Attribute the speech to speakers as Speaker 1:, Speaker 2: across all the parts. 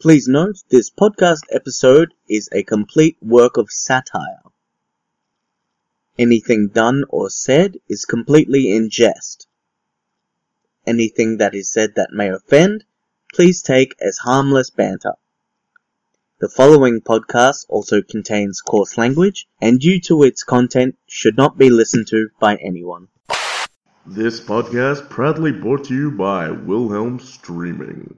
Speaker 1: Please note this podcast episode is a complete work of satire. Anything done or said is completely in jest. Anything that is said that may offend, please take as harmless banter. The following podcast also contains coarse language and due to its content should not be listened to by anyone.
Speaker 2: This podcast proudly brought to you by Wilhelm Streaming.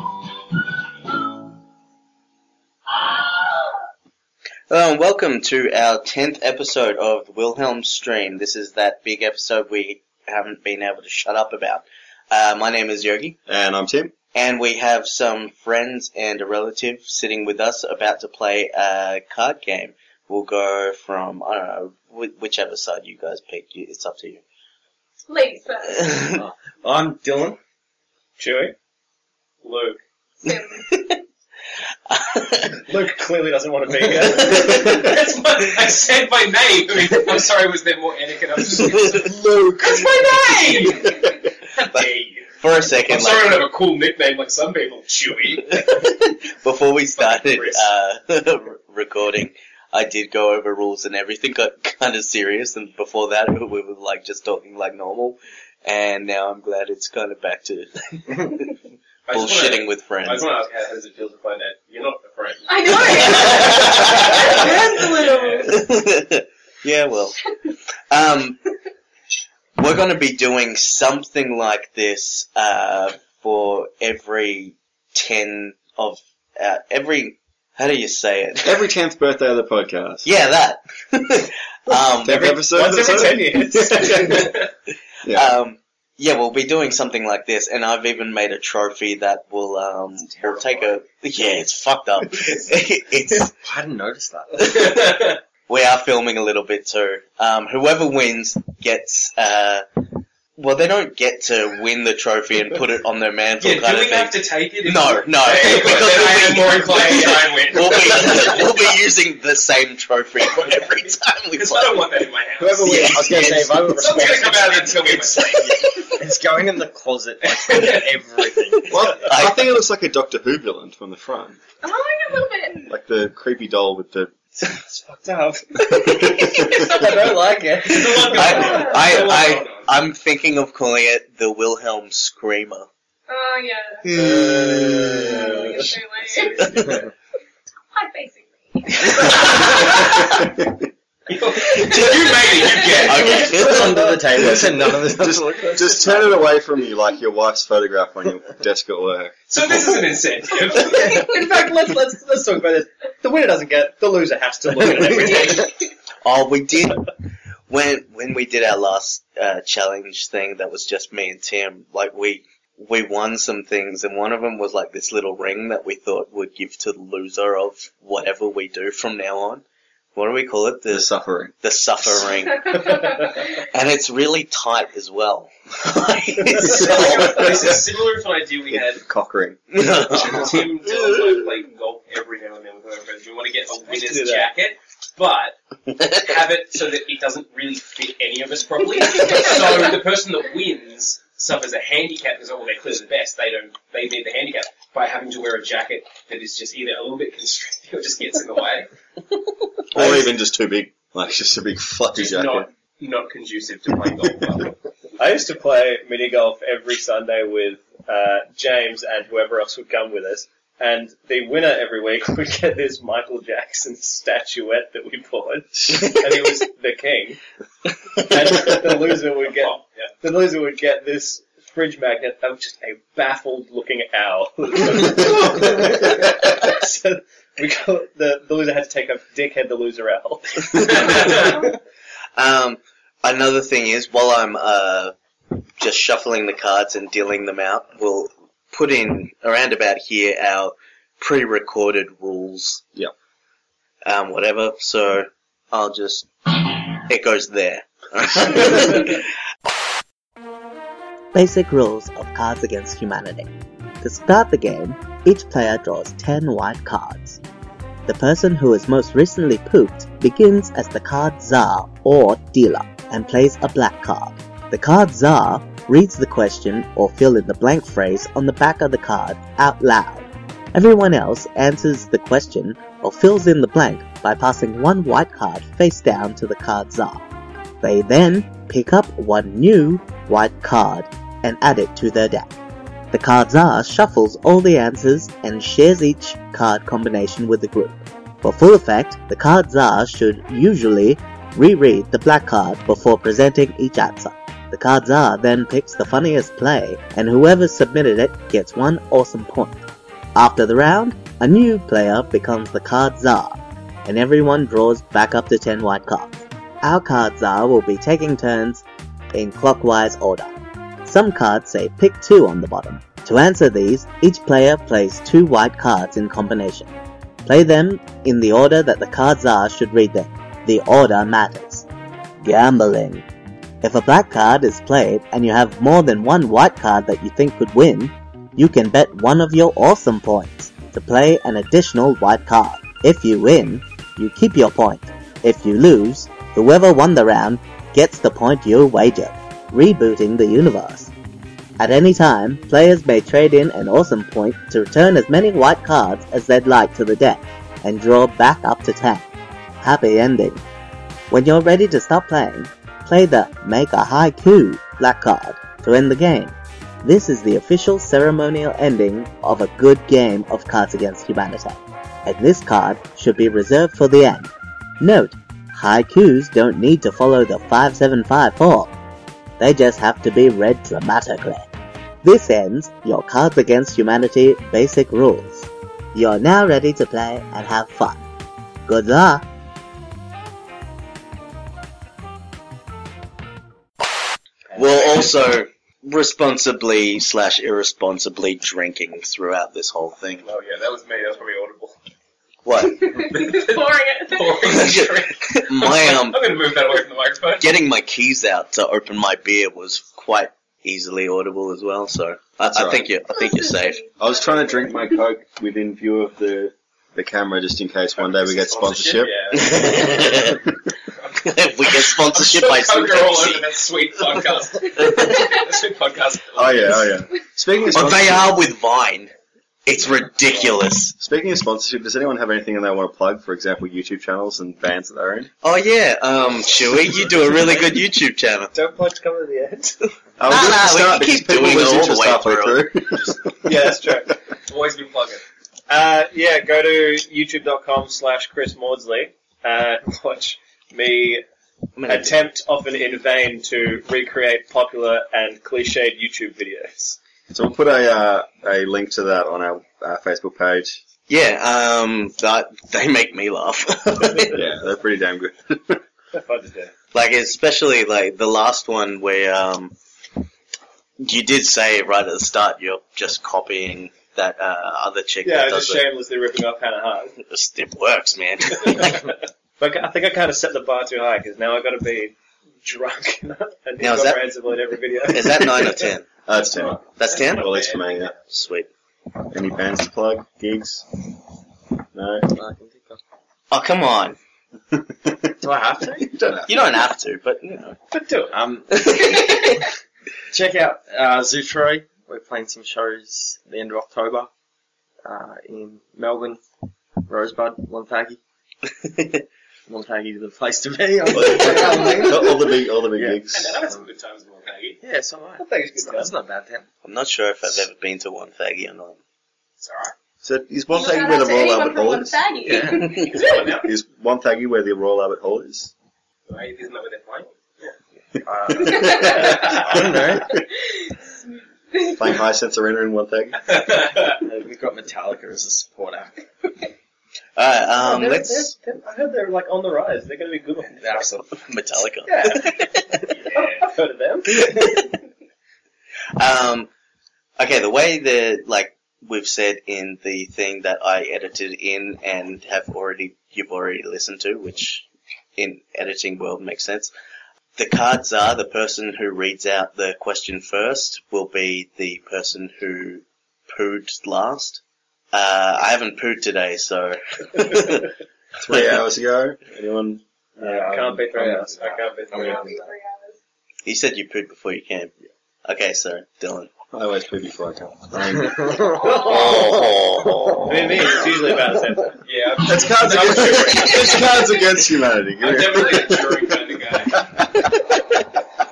Speaker 1: Hello and Um, welcome to our 10th episode of Wilhelm Stream. This is that big episode we haven't been able to shut up about. Uh, my name is Yogi,
Speaker 3: And I'm Tim.
Speaker 1: and we have some friends and a relative sitting with us about to play a card game. We'll go from, I don't know, wh- whichever side you guys pick, You- it's up to you.
Speaker 4: Ladies first.
Speaker 3: I'm Dylan.
Speaker 5: Chewie? Luke.
Speaker 4: Tim.
Speaker 5: Luke clearly doesn't want to be here. That's my, I said my name. I mean, I'm sorry, was there more etiquette? I'm just
Speaker 3: Luke.
Speaker 5: That's my name! How dare you?
Speaker 1: For a
Speaker 5: I'm
Speaker 1: second,
Speaker 5: sorry I
Speaker 1: like,
Speaker 5: don't have a cool nickname like some people. Chewie.
Speaker 1: before we started
Speaker 5: Fucking Chris.
Speaker 1: uh, recording, I did go over rules and everything, got kind of serious, and before that we were like just talking like normal, and now I'm glad it's kind of back to
Speaker 5: I just
Speaker 1: bullshitting
Speaker 5: wanna-
Speaker 1: with
Speaker 5: I just
Speaker 1: friends.
Speaker 5: want to ask how, how does it feel to find out you're not a friend?
Speaker 4: I know. That's little.
Speaker 1: yeah, well, um, we're going to be doing something like this uh, for every ten of uh, every. How do you say it?
Speaker 3: Every 10th birthday of the podcast.
Speaker 1: Yeah, that. um,
Speaker 3: Every episode.
Speaker 5: Once every ten years.
Speaker 3: Yeah.
Speaker 1: um, yeah, we'll be doing something like this, and I've even made a trophy that will um, will take a. Yeah, it's fucked up. it's
Speaker 3: I didn't notice that.
Speaker 1: we are filming a little bit too. Um, whoever wins gets. Uh, well, they don't get to win the trophy and put it on their mantle.
Speaker 5: yeah, do
Speaker 1: kind of
Speaker 5: we
Speaker 1: thing.
Speaker 5: have to take it?
Speaker 1: No, no.
Speaker 5: Anyway,
Speaker 1: Because
Speaker 5: then I am
Speaker 1: we-
Speaker 5: more inclined to try and win.
Speaker 1: We'll be, we'll be using the same trophy for every time we
Speaker 5: Because
Speaker 1: play.
Speaker 5: I don't want that in my house.
Speaker 6: Whoever wins,
Speaker 1: Yeah,
Speaker 6: I was going to
Speaker 1: yeah,
Speaker 6: say, if I were
Speaker 5: Something's going to
Speaker 6: responsible,
Speaker 5: come out of it until we mistake.
Speaker 6: it's going in the closet like, with everything.
Speaker 3: Well,
Speaker 1: I-
Speaker 3: I, think it looks like a Doctor Who villain from the front.
Speaker 4: I'm a little bit.
Speaker 3: Like the creepy doll with the.
Speaker 6: It's fucked up.
Speaker 5: I don't like it.
Speaker 1: I, I, I, I'm thinking of calling it the Wilhelm Screamer.
Speaker 4: Oh yeah.
Speaker 3: Uh,
Speaker 4: It's too late. Quite basically.
Speaker 1: Did you make it? You
Speaker 6: It's under the
Speaker 1: get
Speaker 6: table, so none of this
Speaker 3: Just- Just turn it away from you like your wife's photograph on your desk at work.
Speaker 5: so this is an incentive.
Speaker 6: In fact, let's, let's, let's talk about this. The winner doesn't get it, the loser has to look at it every day.
Speaker 1: Oh, we did. When when we did our last uh, challenge thing, that was just me and Tim. Like we we won some things, and one of them was like this little ring that we thought would give to the loser of whatever we do from now on. What do we call it?
Speaker 3: The
Speaker 1: The
Speaker 3: suffering.
Speaker 1: the suffer ring, and it's really tight as well.
Speaker 5: this
Speaker 1: So-
Speaker 5: is similar to an idea we had.
Speaker 3: It's the cock ring.
Speaker 1: Um,
Speaker 5: Tim Dillon like played golf every now and then with her friends. We want to get a winner's jacket, but have it so that it doesn't really fit any of us properly. so the person that wins suffers a handicap because oh, well, they're clearly the best. They don't. They need the handicap by having to wear a jacket that is just either a little bit constricting or just gets in the way.
Speaker 3: Or even just too big. Like just a big fluffy
Speaker 5: Just
Speaker 3: jacket.
Speaker 5: not not conducive to playing golf. Well.
Speaker 7: I used to play mini golf every Sunday with uh, James and whoever else would come with us. And the winner every week would get this Michael Jackson statuette that we bought, and he was the king. And the loser would get
Speaker 5: Oh, yeah.
Speaker 7: the loser would get this fridge magnet of just a baffled looking owl. so we got, the, the loser had to take up dickhead the loser owl.
Speaker 1: Um, another thing is, while I'm uh, just shuffling the cards and dealing them out, we'll put in around about here our pre-recorded rules.
Speaker 3: Yep.
Speaker 1: Um, whatever. So I'll just it goes there. Basic rules of Cards Against Humanity.
Speaker 8: To start the game, each player draws 10 white cards. The person who has most recently pooped begins as the card czar or dealer and plays a black card. The card czar reads the question or fill in the blank phrase on the back of the card out loud. Everyone else answers the question or fills in the blank by passing one white card face down to the card czar. They then pick up one new white card and add it to their deck. The card czar shuffles all the answers and shares each card combination with the group. For full effect, the card czar should usually reread the black card before presenting each answer. The card czar then picks the funniest play, and whoever submitted it gets one awesome point. After the round, a new player becomes the card czar, and everyone draws back up to 10 white cards. Our card czar will be taking turns in clockwise order. Some cards say pick two on the bottom. To answer these, each player plays two white cards in combination. Play them in the order that the card czar should read them. The order matters. Gambling. If a black card is played and you have more than one white card that you think could win, you can bet one of your awesome points to play an additional white card. If you win, you keep your point. If you lose, whoever won the round gets the point you wagered, rebooting the universe. At any time, players may trade in an awesome point to return as many white cards as they'd like to the deck and draw back up to 10. Happy ending. When you're ready to stop playing, play the Make a Haiku black card to end the game. This is the official ceremonial ending of a good game of Cards Against Humanity, and this card should be reserved for the end. Note, haikus don't need to follow the 575 form. They just have to be read dramatically. This ends your Cards Against Humanity basic rules. You're now ready to play and have fun. Good luck!
Speaker 1: While also responsibly slash irresponsibly drinking throughout this whole thing.
Speaker 5: Oh yeah, that was me. That was probably audible.
Speaker 1: What?
Speaker 4: Pouring it.
Speaker 1: my
Speaker 5: I'm
Speaker 1: um,
Speaker 5: going to move that away from the microphone.
Speaker 1: getting my keys out to open my beer was quite easily audible as well. So I, I
Speaker 3: all
Speaker 1: think you, I think you're safe.
Speaker 3: I was trying to drink my coke within view of the the camera, just in case one day we get sponsorship. Oh,
Speaker 5: Yeah.
Speaker 1: if we get
Speaker 5: I'm
Speaker 1: sponsorship
Speaker 5: sure
Speaker 1: by some
Speaker 5: Coke are all over
Speaker 1: Pepsi,
Speaker 5: that sweet podcast. that sweet podcast.
Speaker 3: Oh yeah, oh yeah. Speaking of
Speaker 1: or they
Speaker 3: sponsorship,
Speaker 1: are with Vine. It's ridiculous.
Speaker 3: speaking of sponsorship, does anyone have anything they want to plug? For example, YouTube channels and bands that they're in.
Speaker 1: Oh yeah, um, Chewy, you do a really good YouTube channel.
Speaker 7: Don't plug to come to the end.
Speaker 3: I
Speaker 1: Nah, nah, we can
Speaker 3: start because
Speaker 1: keep
Speaker 3: people
Speaker 1: doing it
Speaker 3: lose
Speaker 1: all the
Speaker 3: interest
Speaker 1: way
Speaker 3: halfway through.
Speaker 7: yeah, that's true.
Speaker 5: Always been plugging.
Speaker 7: Uh, yeah, go to youtube.com slash Chris Maudsley uh, and watch me
Speaker 1: I'm gonna-
Speaker 7: attempt, often in vain, to recreate popular and cliched YouTube videos.
Speaker 3: So we'll put a uh, a link to that on our, our Facebook page.
Speaker 1: Yeah, um, that, they make me laugh.
Speaker 3: Yeah, they're pretty damn good.
Speaker 7: They're fun to do.
Speaker 1: like especially like the last one where um, you did say right at the start you're just copying that uh, other chick
Speaker 7: Yeah,
Speaker 1: that
Speaker 7: just
Speaker 1: does it.
Speaker 7: shamelessly ripping off Hannah Hart.
Speaker 1: It just- It works, man.
Speaker 7: But I think I kind of set the bar too high because now I've got to be drunk and
Speaker 1: Now, is that-
Speaker 7: incomprehensible in every video.
Speaker 1: Is that nine or ten?
Speaker 3: Uh, that's ten.
Speaker 1: That's ten.
Speaker 3: Well, it's for me. Yeah.
Speaker 1: Sweet.
Speaker 3: Any bands to plug? Gigs? No.
Speaker 1: Oh come on,
Speaker 3: Do I have to? You don't have
Speaker 1: you don't have to, but you know.
Speaker 7: But do it.
Speaker 9: Um, check out uh, Zootro. We're playing some shows the end of October uh, in Melbourne, Rosebud, Lontaggy. Lontaggy's the place to be.
Speaker 3: to. all the big, all the big
Speaker 9: Yeah.
Speaker 5: And
Speaker 3: gigs.
Speaker 5: I've had some good times with Maggie.
Speaker 9: yeah, it's alright.
Speaker 7: I think it's
Speaker 9: It's
Speaker 7: good
Speaker 9: not, it's
Speaker 7: times.
Speaker 9: not a bad town.
Speaker 1: I'm not sure if I've ever been to one faggy or not.
Speaker 5: It's alright.
Speaker 3: So is one
Speaker 4: Shout
Speaker 3: thaggy where
Speaker 4: out
Speaker 3: the
Speaker 4: to
Speaker 3: Royal
Speaker 4: anyone
Speaker 3: Albert
Speaker 4: from
Speaker 3: Hall is?
Speaker 4: Montague.
Speaker 5: It's fun now.
Speaker 3: Is one thaggy where the Royal Albert Hall is?
Speaker 5: Right? Isn't that where they're playing?
Speaker 9: Uh,
Speaker 3: Playing High Sense Arena in one thaggy.
Speaker 9: Uh, we've got Metallica as a support act.
Speaker 1: All right, um,
Speaker 7: They're-
Speaker 1: let's
Speaker 7: they're- they're- I heard they're like on the rise. They're going to be good ones.
Speaker 9: Absolutely.
Speaker 1: Metallica.
Speaker 7: Yeah. I've heard of them.
Speaker 1: Um, okay, the way that, like, we've said in the thing that I edited in and have already, you've already listened to, which in editing world makes sense. The cards are the person who reads out the question first will be the person who pooed last. Uh, I haven't pooed today, so
Speaker 3: Three hours ago. Anyone?
Speaker 7: I can't be three hours. I can't be
Speaker 4: Three
Speaker 7: three hours.
Speaker 4: hours.
Speaker 1: you said you pooed before you came. Okay, so Dylan.
Speaker 3: I always poo before I come.
Speaker 1: Oh.
Speaker 7: I mean, me, it's usually about the same time.
Speaker 5: Yeah, I'm,
Speaker 3: That's cards
Speaker 5: I'm,
Speaker 3: against humanity. That's cards against humanity.
Speaker 5: I'm definitely a jury kind of guy.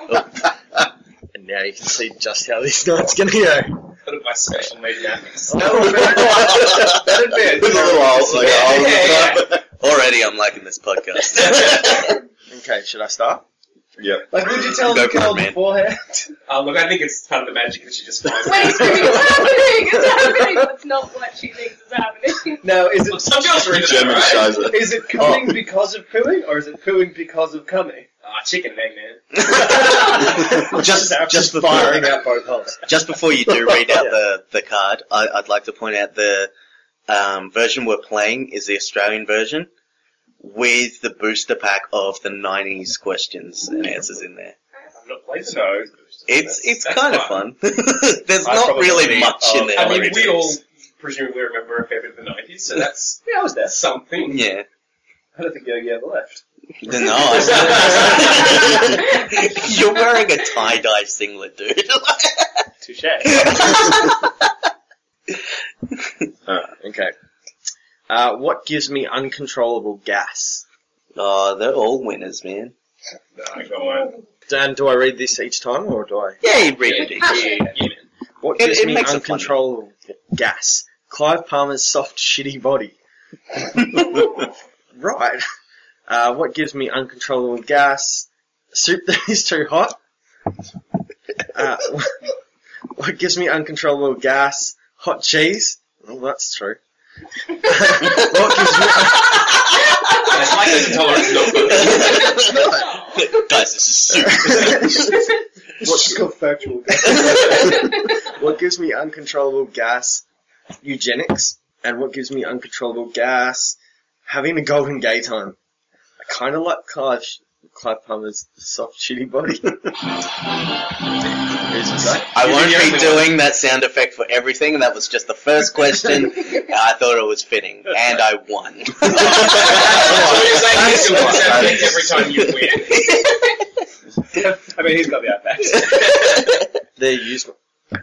Speaker 9: And now you can see just how this night's gonna go.
Speaker 5: Put it by special made napkins.
Speaker 3: That'd be a little old, like, old
Speaker 5: Yeah,
Speaker 1: Already, I'm liking this podcast.
Speaker 9: Okay, should I start?
Speaker 3: Yep.
Speaker 6: Like, would you tell
Speaker 1: Go
Speaker 6: the
Speaker 1: for it,
Speaker 6: girl
Speaker 1: man.
Speaker 6: beforehand?
Speaker 5: Uh, look, I think it's part of the magic that she just finds.
Speaker 4: Wait, it's happening! It's happening! It's not what she thinks is happening.
Speaker 6: Now, is
Speaker 5: Look,
Speaker 6: it
Speaker 5: some girls are into that,
Speaker 3: German
Speaker 5: right?
Speaker 3: Shizer.
Speaker 6: is it coming because of pooing, or is it pooing because of coming?
Speaker 5: Ah, chicken egg, man.
Speaker 1: just, just before,
Speaker 6: firing out both holes.
Speaker 1: just before you do read out the, the card, I, I'd like to point out the um, version we're playing is the Australian version with the booster pack of the 90s questions and answers in there.
Speaker 5: I've not played
Speaker 7: So,
Speaker 5: them.
Speaker 1: It's it's
Speaker 5: That's
Speaker 1: kind of fun. There's
Speaker 7: I
Speaker 1: not
Speaker 7: probably
Speaker 1: really
Speaker 7: need-
Speaker 1: much
Speaker 7: oh,
Speaker 1: in there.
Speaker 5: uh, I mean,
Speaker 1: already.
Speaker 5: we all presumably remember a fair bit of the 90s, so that's
Speaker 6: Yeah, I was there.
Speaker 5: something.
Speaker 1: Yeah.
Speaker 6: I don't think Yogi ever left.
Speaker 1: No, I- You're wearing a tie-dye singlet, dude.
Speaker 7: touche.
Speaker 9: Alright, okay. Uh, what gives me uncontrollable gas?
Speaker 1: oh, they're all winners, man.
Speaker 5: Nah, come on.
Speaker 9: Dan, do I read this each time or do I?
Speaker 1: Yeah, you read it.
Speaker 9: What
Speaker 1: It-
Speaker 9: gives
Speaker 1: it
Speaker 9: me
Speaker 1: makes it
Speaker 9: uncontrollable gas? Clive Palmer's soft, shitty body. Right. Uh, what gives me uncontrollable gas? Soup that is too hot. Uh, what gives me uncontrollable gas? Hot cheese. Well, that's true. what gives me
Speaker 5: My lactose intolerance is not good.
Speaker 1: Guys, this is super.
Speaker 6: Just go factual.
Speaker 9: what gives me uncontrollable gas? Eugenics. And what gives me uncontrollable gas? Having a golden gay time. I kind of like Clive, Clive Palmer's soft, shitty body.
Speaker 1: I won't be doing that sound effect for everything. and That was just the first question. and I thought it was fitting, and I won.
Speaker 5: So you're saying
Speaker 3: That's
Speaker 5: this is what's
Speaker 3: fine.
Speaker 5: happening every time you win.
Speaker 7: I mean, he's got the outbacks.
Speaker 9: They're useful.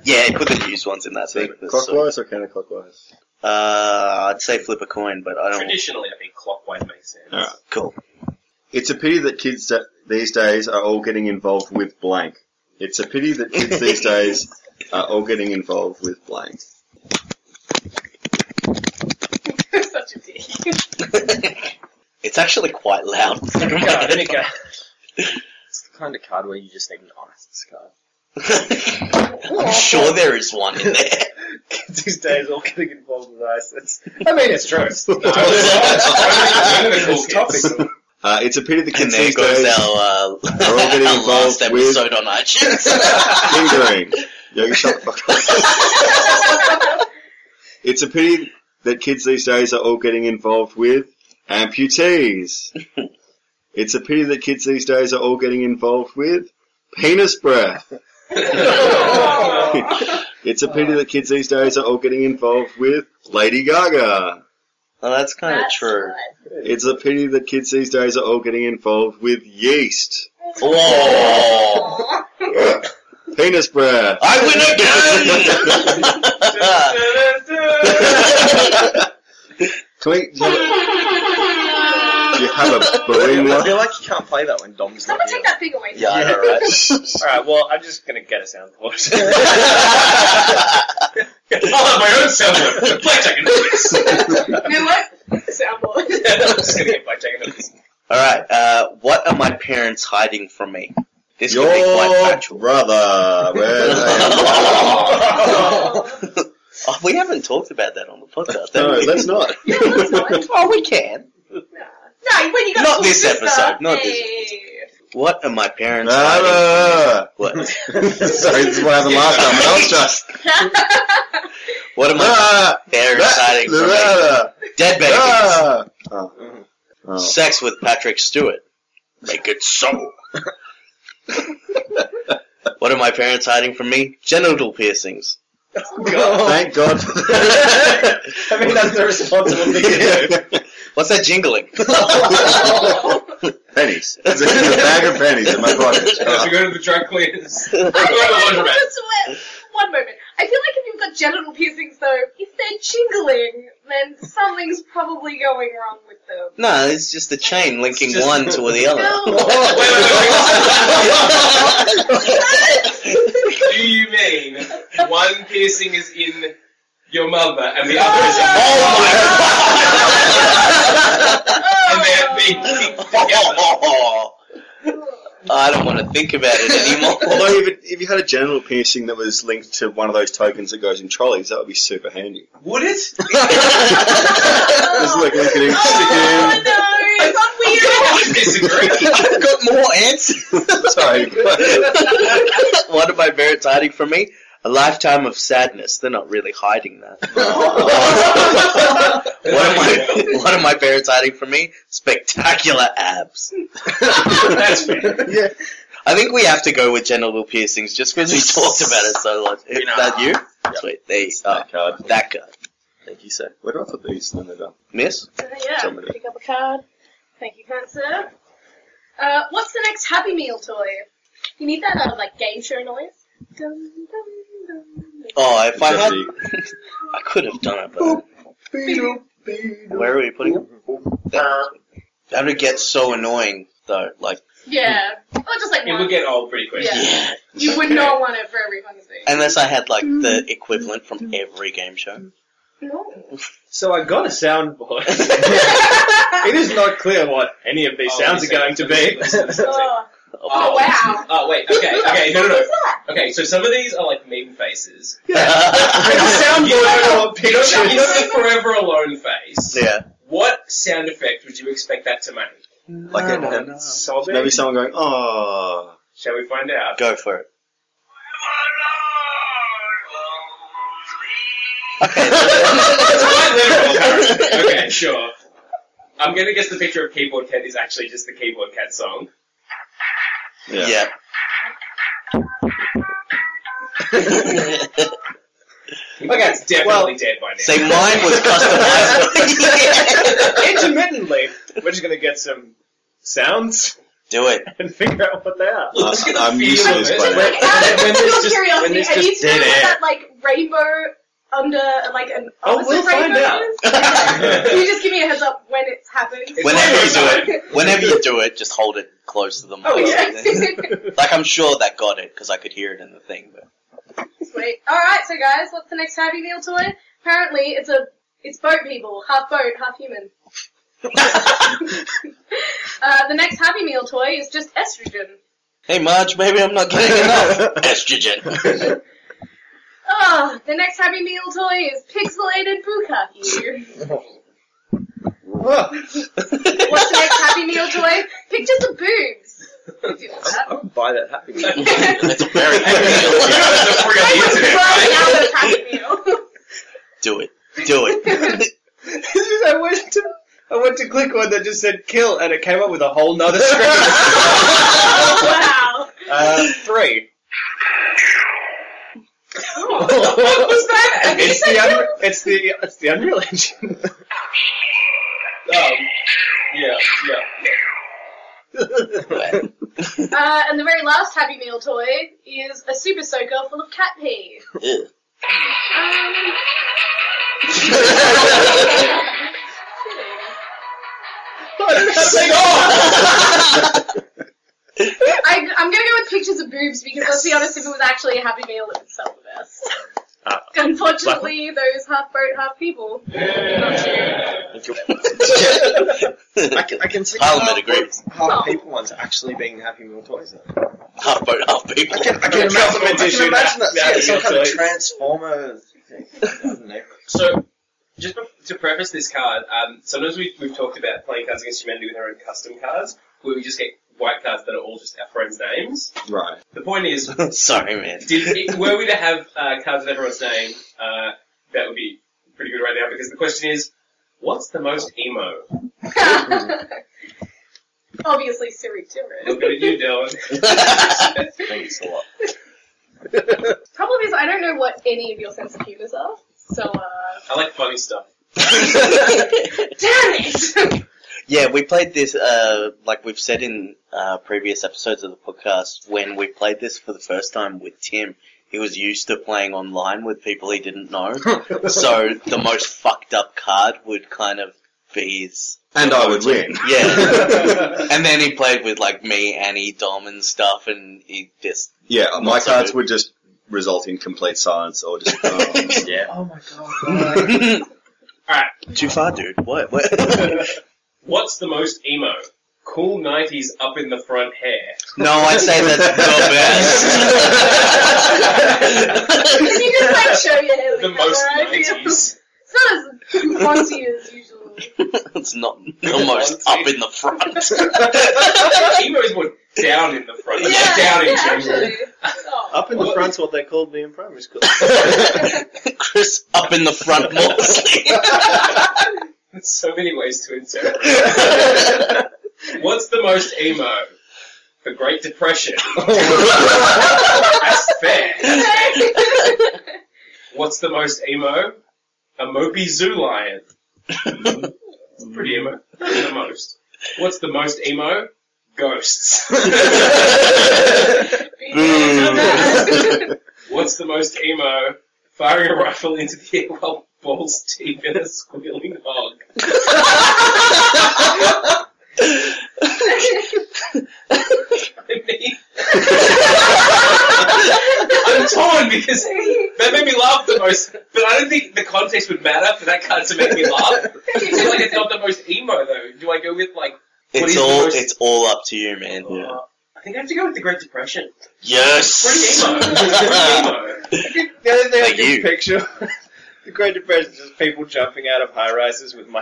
Speaker 1: yeah, put the used ones in that thing.
Speaker 3: Clockwise or counterclockwise?
Speaker 1: Uh, I'd say flip a coin, but I don't.
Speaker 5: Traditionally, I think clockwise makes sense.
Speaker 3: Alright.
Speaker 1: Cool.
Speaker 3: It's a pity that kids da- these days are all getting involved with blank. It's a pity that kids these days are all getting involved with blank.
Speaker 4: You're such a dick.
Speaker 1: It's actually quite loud.
Speaker 9: God, any
Speaker 5: uh,
Speaker 9: card. It's the kind of card where you just need an artist's card.
Speaker 1: I'm sure there is one in there.
Speaker 7: These days, all getting involved with ice. It's,
Speaker 6: I mean, it's true.
Speaker 5: It's
Speaker 7: topical.
Speaker 3: Uh, it's a pity that
Speaker 1: And
Speaker 3: kids
Speaker 1: there
Speaker 3: these
Speaker 1: goes
Speaker 3: days
Speaker 1: our, uh,
Speaker 3: We're all getting
Speaker 1: our last
Speaker 3: involved with-
Speaker 1: episode on iTunes.
Speaker 3: fingering. Yogi, shut the fuck up. it's a pity that kids these days are all getting involved with amputees. It's a pity that kids these days are all getting involved with penis breath. it's a pity that kids these days are all getting involved with Lady Gaga.
Speaker 1: well, that's kind of
Speaker 4: That's
Speaker 1: true.
Speaker 3: It's a pity that kids these days are all getting involved with yeast.
Speaker 1: Oh,
Speaker 4: right.
Speaker 3: Penis breath.
Speaker 1: I
Speaker 3: Clink. Do you have a, do you have a booing
Speaker 9: I feel
Speaker 3: one?
Speaker 9: like you can't play that when Dom's not
Speaker 4: Someone
Speaker 9: here.
Speaker 4: take that thing away
Speaker 1: win again! yeah, I know, right?
Speaker 7: Alright, well, I'm just gonna get a soundboard.
Speaker 5: I'll have my own sound effect. Blackjack and this.
Speaker 4: You know what? Soundboard.
Speaker 5: I'm just going to get blackjack and this.
Speaker 1: All right. Uh, what are my parents hiding from me? This could be quite
Speaker 3: Your
Speaker 1: factual.
Speaker 3: brother. Where they
Speaker 4: Oh.
Speaker 1: Oh, we haven't talked about that on the podcast. have
Speaker 3: are. No,
Speaker 1: we?
Speaker 3: let's not.
Speaker 4: No, it's not.
Speaker 1: Oh, we can.
Speaker 4: No, when you got
Speaker 1: Not
Speaker 4: a
Speaker 1: this
Speaker 4: sister,
Speaker 1: episode, not this
Speaker 4: hey.
Speaker 1: What are my parents hiding?
Speaker 3: Ah,
Speaker 1: What?
Speaker 3: Sorry, this is what happened last time. That was just.
Speaker 1: What am I?
Speaker 3: Ah,
Speaker 1: They're hiding from me.
Speaker 3: ah,
Speaker 1: Dead babies.
Speaker 3: ah. Oh. Oh.
Speaker 1: Sex with Patrick Stewart. Make it so. what are my parents hiding from me? Genital piercings.
Speaker 3: Thank God. for that.
Speaker 7: I mean, that's the responsible thing to do.
Speaker 1: What's that jingling?
Speaker 3: pennies. There's a bag of pennies in my pocket.
Speaker 5: I have to go to the drug cleaners.
Speaker 4: I feel like
Speaker 5: Laundromat.
Speaker 4: that's what- One moment. I feel like if you've got genital piercings, though, if they're jingling, then something's probably going wrong with them.
Speaker 1: no, it's just the chain linking
Speaker 5: It's just-
Speaker 1: one to the other.
Speaker 4: No.
Speaker 5: Wait, wait, wait, wait. Do you mean one piercing is in your mother and the other is in
Speaker 1: Oh
Speaker 7: Oh
Speaker 5: and they're being kicked together?
Speaker 1: Oh. I don't want to think about it anymore.
Speaker 3: Although, if, it, if you had a genital piercing that was linked to one of those tokens that goes in trolleys, that would be super handy.
Speaker 5: Would it?
Speaker 3: Just like linking in,
Speaker 4: Oh,
Speaker 3: stick
Speaker 4: no, it's not weird.
Speaker 5: I would disagree.
Speaker 1: I've got more answers.
Speaker 3: in. Sorry.
Speaker 1: what are my parents hiding from me? A lifetime of sadness. They're not really hiding that. what, are my, what are my parents hiding from me? Spectacular abs.
Speaker 5: That's fair.
Speaker 1: I think we have to go with genital piercings just because we talked about it so much. Is that you? Sweet. There you are.
Speaker 3: That card.
Speaker 1: That guy. Thank you, sir.
Speaker 3: Where do I put these? No, they're done.
Speaker 1: Miss?
Speaker 4: yeah,
Speaker 3: Somebody.
Speaker 4: pick up a card. Thank you, Cancer. Uh, what's the next Happy Meal toy? You need that, uh, like, game show noise. Dum, dum, dum, dum.
Speaker 1: Oh, if I had,
Speaker 3: Jeopardy.
Speaker 1: I could have done it, but where are we putting it? That, that would get so annoying, though. Like,
Speaker 4: Yeah. Or just like
Speaker 5: It
Speaker 4: one.
Speaker 5: would get old pretty quick.
Speaker 4: Yeah. You would not want it for every fucking thing.
Speaker 7: Uh,
Speaker 1: unless I had like the equivalent from every game show.
Speaker 4: No.
Speaker 7: So I got a soundboard. it is not clear what any of these
Speaker 5: Oh,
Speaker 7: sounds are
Speaker 5: these
Speaker 7: going to
Speaker 5: sounds.
Speaker 7: be.
Speaker 4: Oh,
Speaker 5: Oh.
Speaker 4: oh, wow.
Speaker 5: Oh wait, okay, okay, no, no,
Speaker 4: What
Speaker 5: no.
Speaker 4: is that?
Speaker 5: Okay, so some of these are like meme faces.
Speaker 7: soundboard
Speaker 5: or
Speaker 7: picture.
Speaker 5: You know, the- you know the Forever Alone face.
Speaker 1: yeah.
Speaker 5: What sound effect would you expect that to make?
Speaker 3: Like a,
Speaker 1: um,
Speaker 3: a-
Speaker 5: Sobbing?
Speaker 3: maybe someone going, oh.
Speaker 5: Shall we find out?
Speaker 1: Go for it. Okay.
Speaker 5: It's quite literal, apparently. Okay, sure. I'm gonna guess the picture of Keyboard Cat is actually just the Keyboard Cat song.
Speaker 1: yeah.
Speaker 7: Okay,
Speaker 5: it's definitely
Speaker 7: well,
Speaker 5: dead by now.
Speaker 1: Say mine was customized.
Speaker 7: Intermittently, we're just going to get some sounds
Speaker 1: Do it.
Speaker 7: and figure out what they are.
Speaker 5: Look, look at the
Speaker 3: I'm
Speaker 5: feel
Speaker 3: useless
Speaker 5: of it.
Speaker 3: by
Speaker 4: Just
Speaker 3: now.
Speaker 4: like, out of
Speaker 7: when
Speaker 4: pure
Speaker 7: there's just- when
Speaker 4: curiosity,
Speaker 7: there's
Speaker 4: I need
Speaker 7: just
Speaker 4: to know what
Speaker 7: dead air.
Speaker 4: that, like, rainbow under, like, an
Speaker 7: Oh,
Speaker 4: opposite
Speaker 7: we'll find
Speaker 4: rainbow
Speaker 7: out.
Speaker 4: is? Can you just give me a heads up when it's happened?
Speaker 1: Whenever you do
Speaker 5: It's-
Speaker 1: it, whenever you do it, just hold it close to the mic.
Speaker 4: Oh, yeah.
Speaker 1: Like I'm sure that got it because I could hear it in the thing. But
Speaker 4: Sweet. Alright, so guys, what's the next Happy Meal toy? Apparently, it's a, it's boat people. Half boat, half human. uh, the next Happy Meal toy is just estrogen.
Speaker 1: hey, Marge, maybe I'm not getting enough estrogen.
Speaker 4: Oh, the next Happy Meal toy is pixelated bukkake. What's the next Happy Meal toy? Pictures of boobs. Could do that.
Speaker 9: I would buy that happy meal.
Speaker 1: That's a very
Speaker 5: it's a free on the internet,
Speaker 4: Throwing out of Happy
Speaker 5: right?
Speaker 4: Meal.
Speaker 1: Do it. Do it.
Speaker 7: This is- I went to I went to click one that just said kill, and it came up with a whole nother screen.
Speaker 4: Oh, wow.
Speaker 7: uh, three.
Speaker 4: What was that?
Speaker 7: Oh. It's the un- it's the it's the Unreal Engine.
Speaker 5: Um, yeah, yeah.
Speaker 4: Uh, and the very last Happy Meal toy is a super soaker full of cat pee.
Speaker 1: Ew.
Speaker 4: Um, I, I'm gonna go with pictures of boobs because let's be honest, if it was actually a Happy Meal, it would sell the best. Unfortunately, those half boat, half people.
Speaker 9: I can, I can see
Speaker 1: Parliament
Speaker 9: half,
Speaker 1: agrees.
Speaker 6: Oh.
Speaker 9: half people ones actually being happy meal toys. Though.
Speaker 1: half boat, half people.
Speaker 9: I can, I can
Speaker 7: Yeah,
Speaker 9: imagine, I
Speaker 7: government
Speaker 9: can
Speaker 7: issue,
Speaker 9: imagine
Speaker 7: yeah,
Speaker 9: that yeah,
Speaker 7: yeah,
Speaker 9: some
Speaker 7: yeah,
Speaker 9: kind
Speaker 7: so-
Speaker 9: of transformer. thing. I don't know.
Speaker 5: So, just bef- to preface this card, um, sometimes we, we've talked about playing Cards Against Humanity with our own custom cards, where we just get white cards that are all just our friends' names.
Speaker 3: Right.
Speaker 5: The point is,
Speaker 1: Sorry, man.
Speaker 5: did it, were we to have uh, cards with everyone's name, uh, that would be pretty good right now, because the question is, what's the most emo?
Speaker 4: Obviously, Siri Tyrrell.
Speaker 5: Look at you, Dylan.
Speaker 1: Thanks
Speaker 3: Thanks a lot.
Speaker 4: Problem is, I don't know what any of your sense of humors are. So, uh,
Speaker 5: I like funny stuff.
Speaker 4: damn it!
Speaker 1: Yeah, we played this, uh, like we've said in uh, previous episodes of the podcast, when we played this for the first time with Tim, he was used to playing online with people he didn't know. so the most fucked up card would kind of be his.
Speaker 3: And I would win.
Speaker 1: Yeah. and then he played with, like, me, Annie, Dom, and stuff, and he just.
Speaker 3: Yeah, my
Speaker 1: Not so
Speaker 3: cards
Speaker 1: good.
Speaker 3: would just result in complete silence or just. um,
Speaker 1: yeah.
Speaker 6: Oh my god.
Speaker 5: Alright.
Speaker 1: Too far, dude. What? what?
Speaker 5: What's the most emo? Cool 90s up in the front hair.
Speaker 1: no, I'd say that's the
Speaker 4: Can
Speaker 1: best.
Speaker 4: you just like show your hair?
Speaker 5: The
Speaker 4: like,
Speaker 5: most
Speaker 4: uh,
Speaker 5: nineties.
Speaker 4: It's not as clumsy as usual.
Speaker 1: it's not almost up in the front.
Speaker 5: emo is more down in the front.
Speaker 1: Yeah,
Speaker 5: not down in
Speaker 4: yeah,
Speaker 5: general.
Speaker 4: actually. Oh.
Speaker 7: Up in the front's what they called me in primary school.
Speaker 1: Chris up in the front Morsley.
Speaker 5: There's so many ways to interpret. it. What's the most emo? The Great Depression. That's fair. That's fair. What's the most emo? A mopey zoo lion. It's pretty emo. The most. What's the most emo? Ghosts. What's the most emo? Firing a rifle into the air while balls deep in a squealing hog. I mean, I'm torn because that made me laugh the most, but I don't think the context would matter for that card to make me laugh. I feel like it's not the most emo though. Do I go with like? What is
Speaker 1: It's
Speaker 5: the
Speaker 1: all
Speaker 5: most-
Speaker 1: it's all up to you, man.
Speaker 5: uh, I think I have to go with the Great Depression.
Speaker 1: Yes.
Speaker 5: Pretty emo. Pretty emo.
Speaker 7: The only thing I
Speaker 1: Like you.
Speaker 7: can picture the Great Depression is just people jumping out of high rises with my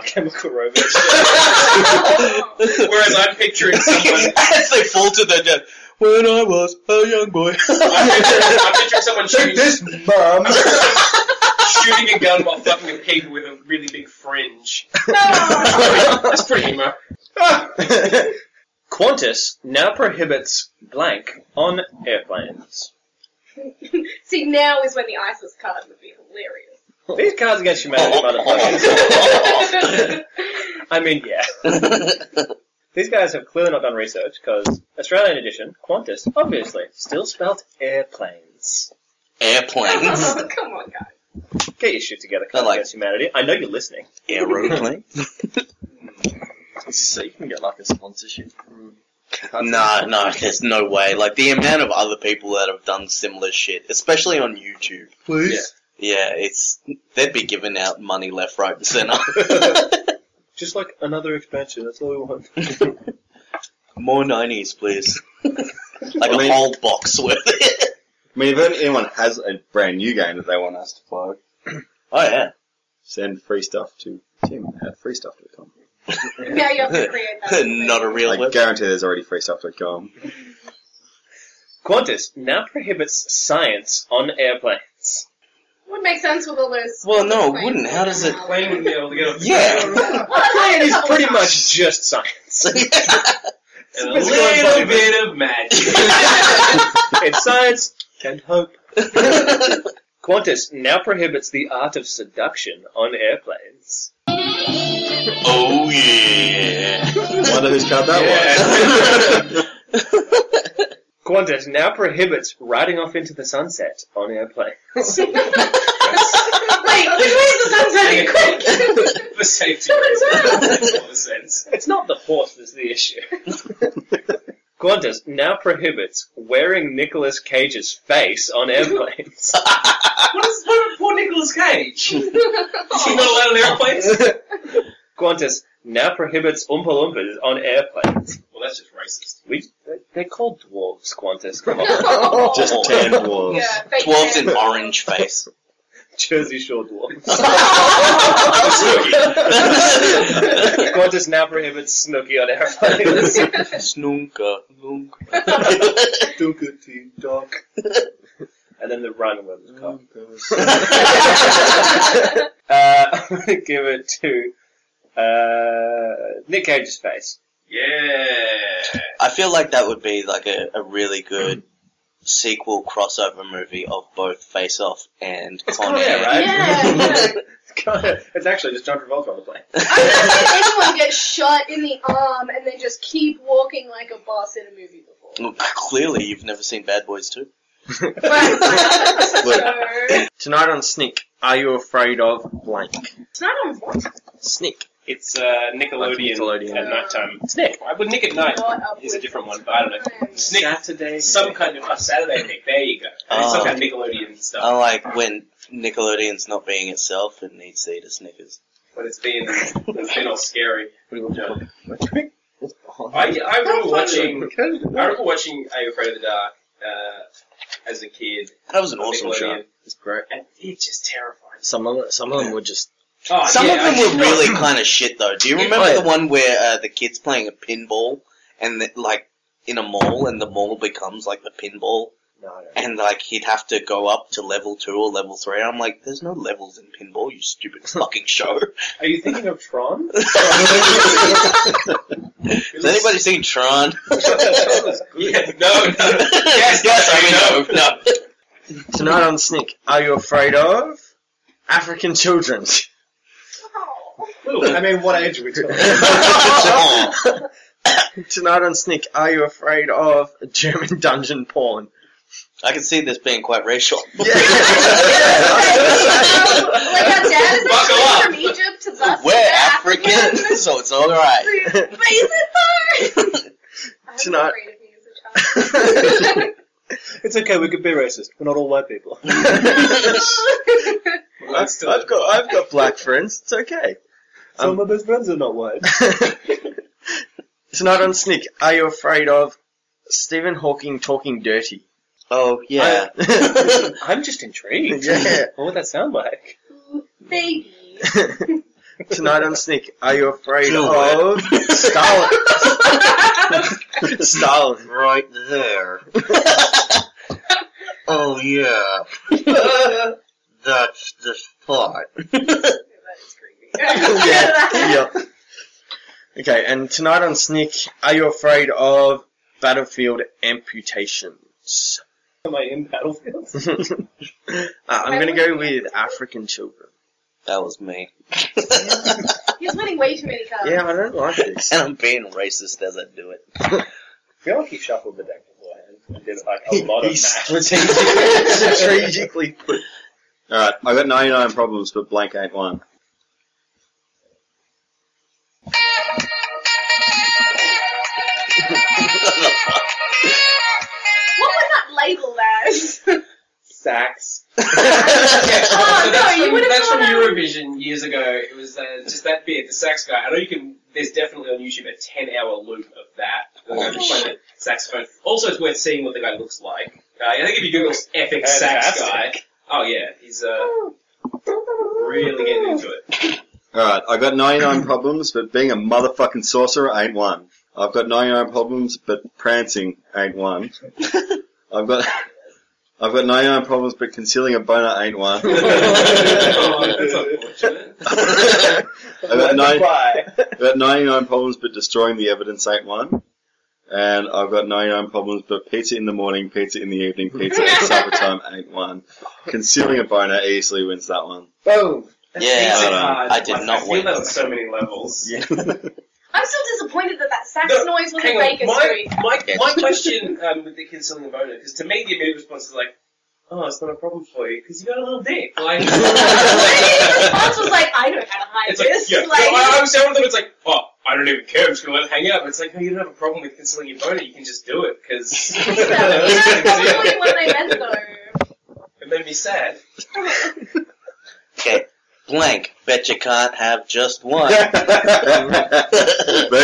Speaker 7: chemical romance.
Speaker 5: Whereas I'm picturing someone.
Speaker 1: As they fall to their death. When I was a young boy.
Speaker 5: I'm picturing, I'm picturing someone shooting,
Speaker 7: mum.
Speaker 5: shooting a gun while fucking a pig with a really big fringe.
Speaker 4: No.
Speaker 5: That's pretty emo.
Speaker 7: Qantas now prohibits blank on airplanes.
Speaker 4: See, now is when the ISIS card would be hilarious.
Speaker 7: These cards against humanity, motherfuckers. I mean, yeah. These guys have clearly not done research because Australian edition, Qantas, obviously, still spelt airplanes.
Speaker 1: Airplanes.
Speaker 4: Oh, come on, guys.
Speaker 7: Get your shit together,
Speaker 1: I
Speaker 7: Cards
Speaker 1: like-
Speaker 7: Against Humanity. I know you're listening.
Speaker 1: Aeroplane.
Speaker 9: So you can get like a sponsorship. from Cards
Speaker 1: No, no, there's no way. Like the amount of other people that have done similar shit, especially on YouTube.
Speaker 9: Please.
Speaker 1: Yeah, it's they'd be giving out money left, right, and centre.
Speaker 7: Just like another expansion, that's all we want.
Speaker 1: More nineties, please. like
Speaker 3: I mean-
Speaker 1: a whole box worth.
Speaker 3: I mean, if anyone has a brand new game that they want us to plug,
Speaker 1: oh yeah.
Speaker 3: send free stuff to Tim at freestuff.com.
Speaker 4: Now you have to create that.
Speaker 1: Not a real
Speaker 3: I
Speaker 1: web.
Speaker 3: guarantee there's already freestuff.com.
Speaker 7: Qantas now prohibits science on airplanes.
Speaker 4: Would make sense with all those.
Speaker 1: Well, no, it wouldn't. How does it-
Speaker 5: Plane wouldn't be able to get off the ground.
Speaker 1: Yeah.
Speaker 4: Well,
Speaker 7: Plane
Speaker 4: it's
Speaker 7: is
Speaker 4: not
Speaker 7: pretty
Speaker 4: a
Speaker 7: much just science.
Speaker 5: And a
Speaker 7: It's going
Speaker 5: little bit of
Speaker 7: body
Speaker 5: magic.
Speaker 7: It's science and hope. Qantas now prohibits the art of seduction on airplanes.
Speaker 1: oh yeah.
Speaker 3: Wonder whose card that
Speaker 1: Yeah.
Speaker 7: Qantas now prohibits riding off into the sunset on airplanes.
Speaker 4: Wait, where's the sunset? Quick!
Speaker 5: For safety reasons. That makes a lot of sense.
Speaker 7: It's not the horse that's the issue. Qantas now prohibits wearing Nicolas Cage's face on airplanes.
Speaker 5: What is what is poor Nicolas Cage? Is he not allowed on airplanes?
Speaker 7: Qantas now prohibits Oompa Loompas on airplanes.
Speaker 5: Well, that's just racist.
Speaker 7: We, they're called dwarves, Qantas. Come on.
Speaker 4: Oh.
Speaker 3: Just tan dwarves.
Speaker 4: Yeah, fake
Speaker 1: Dwarves
Speaker 4: tan.
Speaker 1: in orange face.
Speaker 7: Jersey Shore dwarves.
Speaker 1: Snooker.
Speaker 7: Qantas now prohibits Snooky on airplanes. Doogity dog. And then the run was cock. Uh, I'm going to give it to uh, Nick Cage's face.
Speaker 5: Yeah.
Speaker 1: I feel like that would be like a, a really good sequel crossover movie of both Face Off and Con
Speaker 7: Con Air,
Speaker 1: Air.
Speaker 7: right?
Speaker 4: Yeah, yeah.
Speaker 7: it's actually just John Travolta on the plane.
Speaker 4: I don't think anyone gets shot in the arm and then just keep walking like a boss in a movie before.
Speaker 1: Well, Clearly, you've never seen Bad Boys 2.
Speaker 4: Right. so,
Speaker 9: Tonight on Sneak, are you afraid of blank?
Speaker 4: it's not on what?
Speaker 9: Sneak.
Speaker 5: It's uh, Nickelodeon,
Speaker 9: Nickelodeon.
Speaker 5: at nighttime. It's Nick. I would Nick at night
Speaker 4: What up
Speaker 5: is a
Speaker 4: with
Speaker 5: different one, but I don't know.
Speaker 4: plans?
Speaker 5: Nick,
Speaker 9: Saturday.
Speaker 5: some kind of a Saturday Nick. There you go.
Speaker 1: Oh.
Speaker 5: some kind of Nickelodeon
Speaker 1: I
Speaker 5: stuff.
Speaker 1: like when Nickelodeon's not being itself and needs to eat a Snickers.
Speaker 5: But it's been it's been all scary. Yeah. I,
Speaker 9: I,
Speaker 5: I remember watching I remember watching Are You Afraid of the Dark uh, as a kid.
Speaker 1: That was an awesome
Speaker 5: Nickelodeon,
Speaker 1: show.
Speaker 9: It's great.
Speaker 5: And it's just terrifying.
Speaker 9: Some of them, some of them were just
Speaker 5: Oh,
Speaker 1: Some
Speaker 5: yeah,
Speaker 1: of them
Speaker 5: I did
Speaker 1: were
Speaker 5: not-
Speaker 1: really kind of shit though. Do you
Speaker 5: Yeah.
Speaker 1: remember
Speaker 9: Oh, yeah.
Speaker 1: the one where uh, the kid's playing a pinball and the, like in a mall and the mall becomes like the pinball
Speaker 9: no, I don't.
Speaker 1: and like he'd have to go up to level two or level three. I'm like, there's no levels in pinball, you stupid fucking show.
Speaker 7: Are you thinking of Tron?
Speaker 1: Has anybody seen Tron?
Speaker 5: Yeah, no, no.
Speaker 1: yes, yes, I mean, no, no.
Speaker 9: Tonight on Sneak, are you afraid of African children?
Speaker 4: Oh.
Speaker 7: I mean, what age are we talking?
Speaker 9: Tonight on Sneak, are you afraid of German dungeon porn?
Speaker 1: I can see this being quite racial.
Speaker 4: like our dad is
Speaker 5: Buckle
Speaker 4: actually
Speaker 5: up.
Speaker 4: from Egypt to us.
Speaker 1: We're African, so it's all right.
Speaker 9: Tonight-
Speaker 7: It's okay, we could be racist. We're not all white people.
Speaker 5: Well, it's
Speaker 9: I've I've got I've got black friends. It's okay.
Speaker 7: Some
Speaker 5: Um,
Speaker 7: of my best friends are not white.
Speaker 9: Tonight on Sneak, are you afraid of Stephen Hawking talking dirty?
Speaker 1: Oh yeah.
Speaker 7: I'm just intrigued.
Speaker 9: Yeah.
Speaker 7: What would that sound like?
Speaker 4: Baby.
Speaker 9: Tonight on Sneak, are you afraid
Speaker 1: Do
Speaker 9: of Stalin? Stalin.
Speaker 1: right there. oh yeah, that's the spot.
Speaker 4: That is creepy.
Speaker 9: yeah. Yep. Okay, and tonight on Sneak, are you afraid of Battlefield amputations?
Speaker 7: Am I in Battlefield?
Speaker 9: uh, I'm gonna go with African children.
Speaker 1: That was me,
Speaker 4: He's winning way too many cards.
Speaker 9: Yeah, I don't like this.
Speaker 1: and I'm being racist as I do it.
Speaker 7: I feel like he shuffled the deck beforehand. and did like a lot of
Speaker 9: He
Speaker 7: math.
Speaker 9: strategically, strategically put.
Speaker 3: Alright, I got 99 problems, but blank ain't one.
Speaker 4: What would that label that?
Speaker 7: Sacks.
Speaker 4: Oh,
Speaker 5: so
Speaker 4: no,
Speaker 5: that's
Speaker 4: you
Speaker 5: from,
Speaker 4: would've
Speaker 5: that's from
Speaker 4: gone out.
Speaker 5: Eurovision years ago. It was uh, just that bit, the sax guy. I know you can. There's definitely on YouTube a ten-hour loop of that.
Speaker 7: Oh,
Speaker 5: The guy just playing the saxophone. Also, it's worth seeing what the guy looks like. Uh, I think if you Google "epic sax guy," oh yeah, he's uh, really getting into it.
Speaker 3: Alright, I got 99 problems, but being a motherfucking sorcerer ain't one. I've got 99 problems, but prancing ain't one. I've got. I've got 99 problems, but concealing a boner ain't one.
Speaker 5: oh, that's unfortunate.
Speaker 3: I've got, nine,
Speaker 7: Bye.
Speaker 3: I've got 99 problems, but destroying the evidence ain't one. And I've got 99 problems, but pizza in the morning, pizza in the evening, pizza at supper time ain't one. Concealing a boner easily wins that one.
Speaker 7: Boom.
Speaker 1: Yeah,
Speaker 5: It's
Speaker 3: I don't know.
Speaker 5: hard.
Speaker 1: I did
Speaker 5: I
Speaker 1: not
Speaker 5: feel
Speaker 1: win.
Speaker 5: that on so many levels.
Speaker 4: I'm still disappointed that that sax
Speaker 5: No,
Speaker 4: noise was
Speaker 5: Hang
Speaker 4: in
Speaker 5: on,
Speaker 4: Baker
Speaker 5: my,
Speaker 4: Street.
Speaker 5: my, my question um, with the kids selling the boner, because to me the immediate response is like, oh, it's not a problem for you, because you got a little dick.
Speaker 4: My
Speaker 5: Like,
Speaker 4: response was like, I know how to hide
Speaker 5: It's like,
Speaker 4: this.
Speaker 5: yeah.
Speaker 4: Like,
Speaker 5: I, I was down with them. It's like, oh, I don't even care. I'm just gonna let it hang out. But it's like, no, you don't have a problem with cancelling your boner. You can just do it because
Speaker 4: you know, that's probably what they meant though.
Speaker 5: it made me sad.
Speaker 1: Okay, blank. Bet you can't have just one.
Speaker 3: but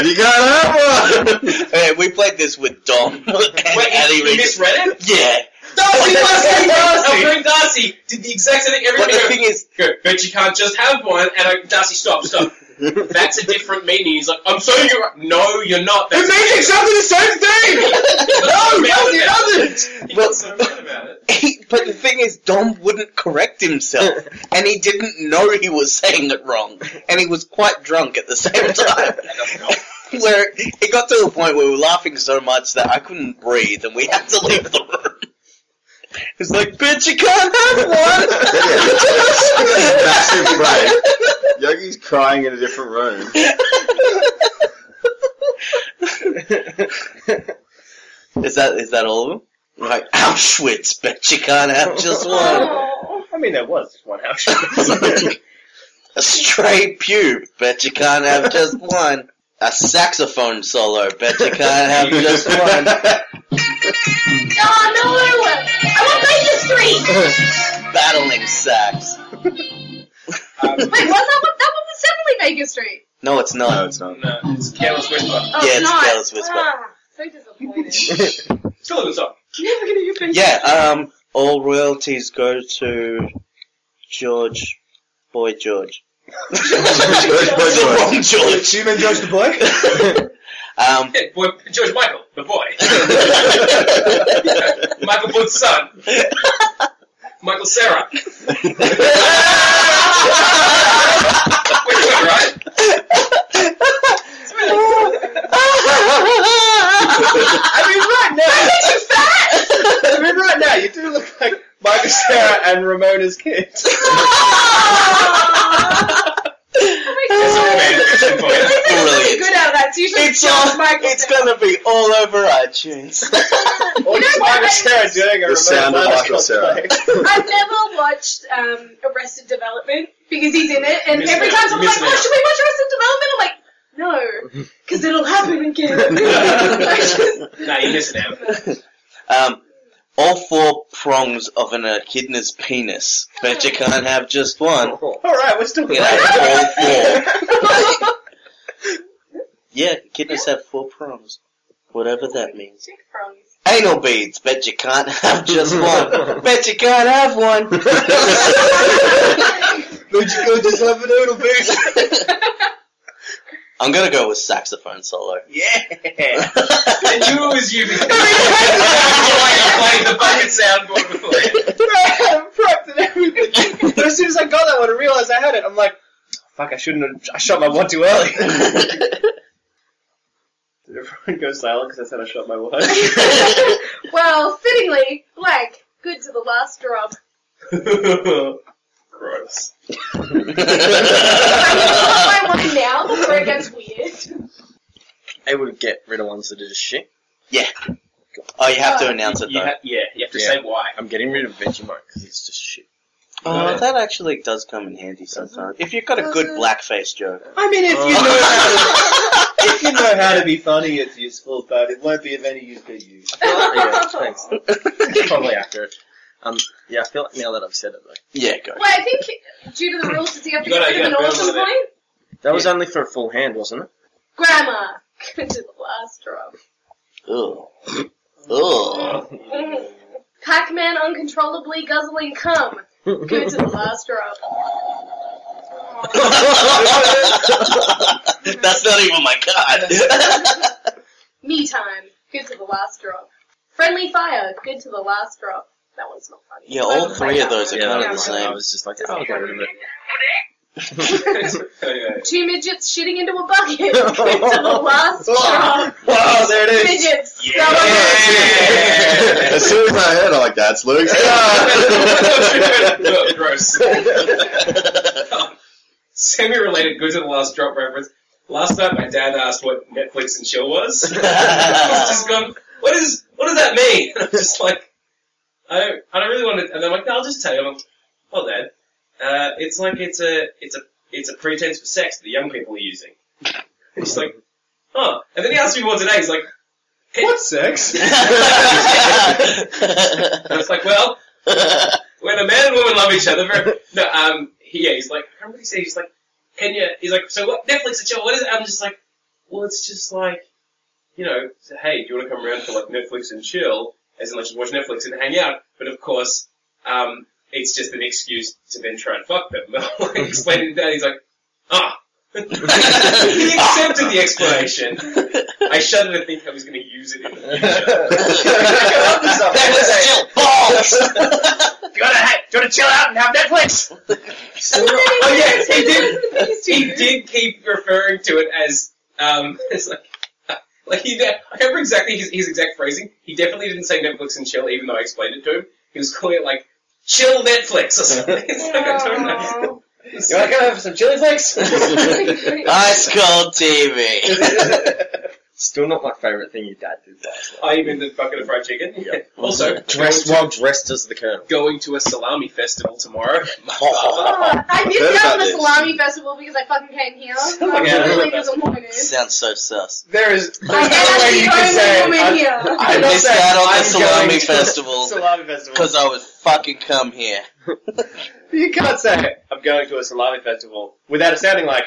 Speaker 3: you can't have one!
Speaker 1: Hey, we played this with Dom and
Speaker 5: Wait,
Speaker 1: Addy
Speaker 5: you, you
Speaker 1: Reed.
Speaker 5: misread it?
Speaker 1: Yeah.
Speaker 5: Darcy,
Speaker 1: Darcy!
Speaker 5: Darcy, Darcy, Darcy. Darcy did the exact same thing.
Speaker 1: But
Speaker 5: Everybody
Speaker 1: the
Speaker 5: goes,
Speaker 1: thing is,
Speaker 5: go, but you can't just have one. And I, Darcy, stop, stop. That's a different meaning. He's like, I'm sorry, you're right. No, you're not. That's
Speaker 1: exactly the same thing!
Speaker 5: no,
Speaker 1: it
Speaker 5: He
Speaker 1: Well-
Speaker 5: got so mad about it.
Speaker 1: He, but the thing is, Dom wouldn't correct himself, and he didn't know he was saying it wrong, and he was quite drunk at the same time.
Speaker 5: That doesn't help.
Speaker 1: Where it got to the point where we were laughing so much that I couldn't breathe, and we had to leave the room. It's like, bitch, you can't have one.
Speaker 3: Massive break. Yogi's crying in a different room.
Speaker 1: Is that is that all of them? Right, Auschwitz. Bet you can't have just one.
Speaker 9: Uh,
Speaker 4: Oh.
Speaker 7: I mean, there was just one house.
Speaker 1: A stray pube. Bet you can't have just one. A saxophone solo. Bet you can't have just one.
Speaker 4: Oh, no! I want Baker Street!
Speaker 1: Battling sax.
Speaker 5: Um,
Speaker 4: Wait, was that one? That one was definitely Baker Street.
Speaker 1: No, it's not.
Speaker 3: No, it's not.
Speaker 5: no, it's uh, Careless Whisper.
Speaker 4: Oh,
Speaker 1: Yeah, it's
Speaker 4: not.
Speaker 1: Careless Whisper.
Speaker 4: Ah, so disappointed.
Speaker 5: Still a good song.
Speaker 4: Never gonna get Baker
Speaker 1: Yeah, um, all royalties go to George, boy George.
Speaker 3: George, boy,
Speaker 1: The
Speaker 3: George.
Speaker 1: wrong George.
Speaker 6: Human Judge the Boy?
Speaker 1: Um,
Speaker 5: Yeah, boy, George Michael, the boy. Michael Booth's son. Michael Sarah. Wait, wait, right?
Speaker 6: I mean, right now. I mean, right now, you do look like Michael Sarah and Ramona's kid.
Speaker 4: Oh
Speaker 5: That's a romantic fiction for you.
Speaker 4: really
Speaker 1: Brilliant.
Speaker 4: good out of that. It's usually
Speaker 1: It's
Speaker 4: just
Speaker 1: all-
Speaker 4: Michael
Speaker 1: It's
Speaker 4: Sarah.
Speaker 1: gonna be all over iTunes.
Speaker 6: Or
Speaker 4: You know
Speaker 6: just
Speaker 4: what?
Speaker 6: Michael Sarah doing a
Speaker 3: The
Speaker 6: Ramona
Speaker 3: sound of
Speaker 6: Mars
Speaker 3: Michael Cera.
Speaker 6: cosplay.
Speaker 4: I've never watched um, Arrested Development because he's in it, and
Speaker 5: Missed
Speaker 4: every
Speaker 5: it.
Speaker 4: time someone's
Speaker 5: Missed
Speaker 4: like, "Oh,
Speaker 5: it.
Speaker 4: should we watch Arrested Development?" I'm like, "No, because it'll happen again." I just-
Speaker 5: Nah, you missed it out.
Speaker 1: Um, all four prongs of an echidna's penis. Bet you can't have just one.
Speaker 6: Alright, we're still
Speaker 1: You
Speaker 6: good.
Speaker 1: can have all four. Yeah, echidnas have four prongs. Whatever that means.
Speaker 4: Chick frongs.
Speaker 1: Anal beads. Bet you can't have just one. Bet you can't have one.
Speaker 6: Would you go just have a noodle boot?
Speaker 1: I'm gonna go with saxophone solo.
Speaker 7: yeah.
Speaker 5: And you was you because you played the bucket soundboard before.
Speaker 6: I prepped and everything. But as soon as I got that one and realized I had it, I'm like, fuck, I shouldn't have. I shot my one too early.
Speaker 7: Did everyone go silent because I said I shot my wife?
Speaker 4: Well, fittingly, blank, good to the last drop.
Speaker 7: Gross.
Speaker 4: I need to put my one now before it gets weird.
Speaker 9: I would get rid of ones that are just shit.
Speaker 1: oh, you have to announce it
Speaker 5: You
Speaker 1: though.
Speaker 5: ha- yeah, you have to
Speaker 9: Yeah.
Speaker 5: say why.
Speaker 9: I'm getting rid of Vegemite because it's just shit.
Speaker 1: Oh, that actually does come in handy sometimes. If you've got a good blackface joke.
Speaker 6: I mean, if you
Speaker 1: Oh,
Speaker 6: know how to, if you know how to be funny, it's useful, but it won't be of any use to you.
Speaker 9: yeah, thanks. It's probably accurate. Um, yeah, I feel like now that I've said it though.
Speaker 1: Yeah, go.
Speaker 4: Wait, I think due to the rules, does he have to
Speaker 5: You
Speaker 4: get
Speaker 5: gotta-
Speaker 4: rid of
Speaker 5: you
Speaker 4: an
Speaker 5: gotta
Speaker 4: awesome
Speaker 5: build on it.
Speaker 4: point?
Speaker 9: That was only for a full hand, wasn't it?
Speaker 4: Grammar, good to the last drop.
Speaker 1: Ugh. Ugh.
Speaker 4: Mm. Pac-Man uncontrollably guzzling cum. Good to the last drop.
Speaker 1: That's not even my card.
Speaker 4: Me time. Good to the last drop. Friendly fire. Good to the last drop. That one's not funny.
Speaker 1: Yeah, all three of those are
Speaker 9: yeah,
Speaker 1: kind
Speaker 9: that
Speaker 1: of the
Speaker 9: was-
Speaker 1: same.
Speaker 9: I was just like, oh, I'll get rid of it.
Speaker 5: Anyway.
Speaker 4: Two midgets shitting into a bucket. Good to the last drop.
Speaker 6: Wow, there it is.
Speaker 4: Midgets.
Speaker 5: Yeah.
Speaker 3: Yeah. As soon as I heard, I'm like, that's Luke's car.
Speaker 5: Ugh, Gross. Semi-related good to the last drop reference. Last night my dad asked what Netflix and chill was. He's just gone, what is, what does that mean? And I'm just like, I don't, I don't really want to, and I'm like, no, I'll just tell you. I'm like, oh dad, uh, it's like it's a, it's a, it's a pretense for sex that the young people are using. And he's like, huh. And then he asked me more today, he's like, "Hey."
Speaker 6: What sex?
Speaker 5: And I was like, well, when a man and woman love each other, very, no, um, he, yeah, he's like, I remember he said, he's like, can you, he's like, so what, Netflix and chill, what is it? I'm just like, well, it's just like, you know, so, hey, do you want to come around for like Netflix and chill, as in like just watch Netflix and hang out, but of course, um, it's just an excuse to then try and fuck them. Like, Explaining that, he's like, ah. he accepted the explanation. I shudder to think I was going to use it in the future.
Speaker 7: Do you wanna, ha- do you wanna chill out and have Netflix?
Speaker 5: oh yes, he did.
Speaker 4: These two.
Speaker 5: he did keep referring to it as um, it's like like he. de- I remember exactly his, his exact phrasing. He definitely didn't say Netflix and chill, even though I explained it to him. He was calling it like chill Netflix or something. It's like, I don't know.
Speaker 4: Aw.
Speaker 5: It's
Speaker 7: You want
Speaker 5: like,
Speaker 7: to go have some chili flakes?
Speaker 1: Ice cold TV.
Speaker 9: Still not my favourite thing your dad did last night.
Speaker 5: I even the bucket of fried chicken. Also,
Speaker 9: Dressed while dressed as the colonel.
Speaker 5: going to a salami festival tomorrow.
Speaker 4: Oh, I missed
Speaker 3: heard
Speaker 4: out
Speaker 3: about
Speaker 4: on the
Speaker 3: this.
Speaker 4: salami festival because I fucking came here. I'm
Speaker 5: Yeah, I heard
Speaker 4: really
Speaker 5: about
Speaker 4: disappointed.
Speaker 1: Sounds so sus.
Speaker 7: there is there's
Speaker 4: I am
Speaker 7: no way
Speaker 4: actually the
Speaker 7: you can
Speaker 4: only
Speaker 7: say
Speaker 4: woman
Speaker 7: I'm,
Speaker 4: here.
Speaker 1: I
Speaker 7: I'm not
Speaker 1: missed
Speaker 7: saying
Speaker 1: out on the
Speaker 7: I'm
Speaker 1: salami
Speaker 7: going to
Speaker 1: festival.
Speaker 7: Salami festival.
Speaker 1: Because I was fucking come here.
Speaker 7: You can't say I'm going to a salami festival without it sounding like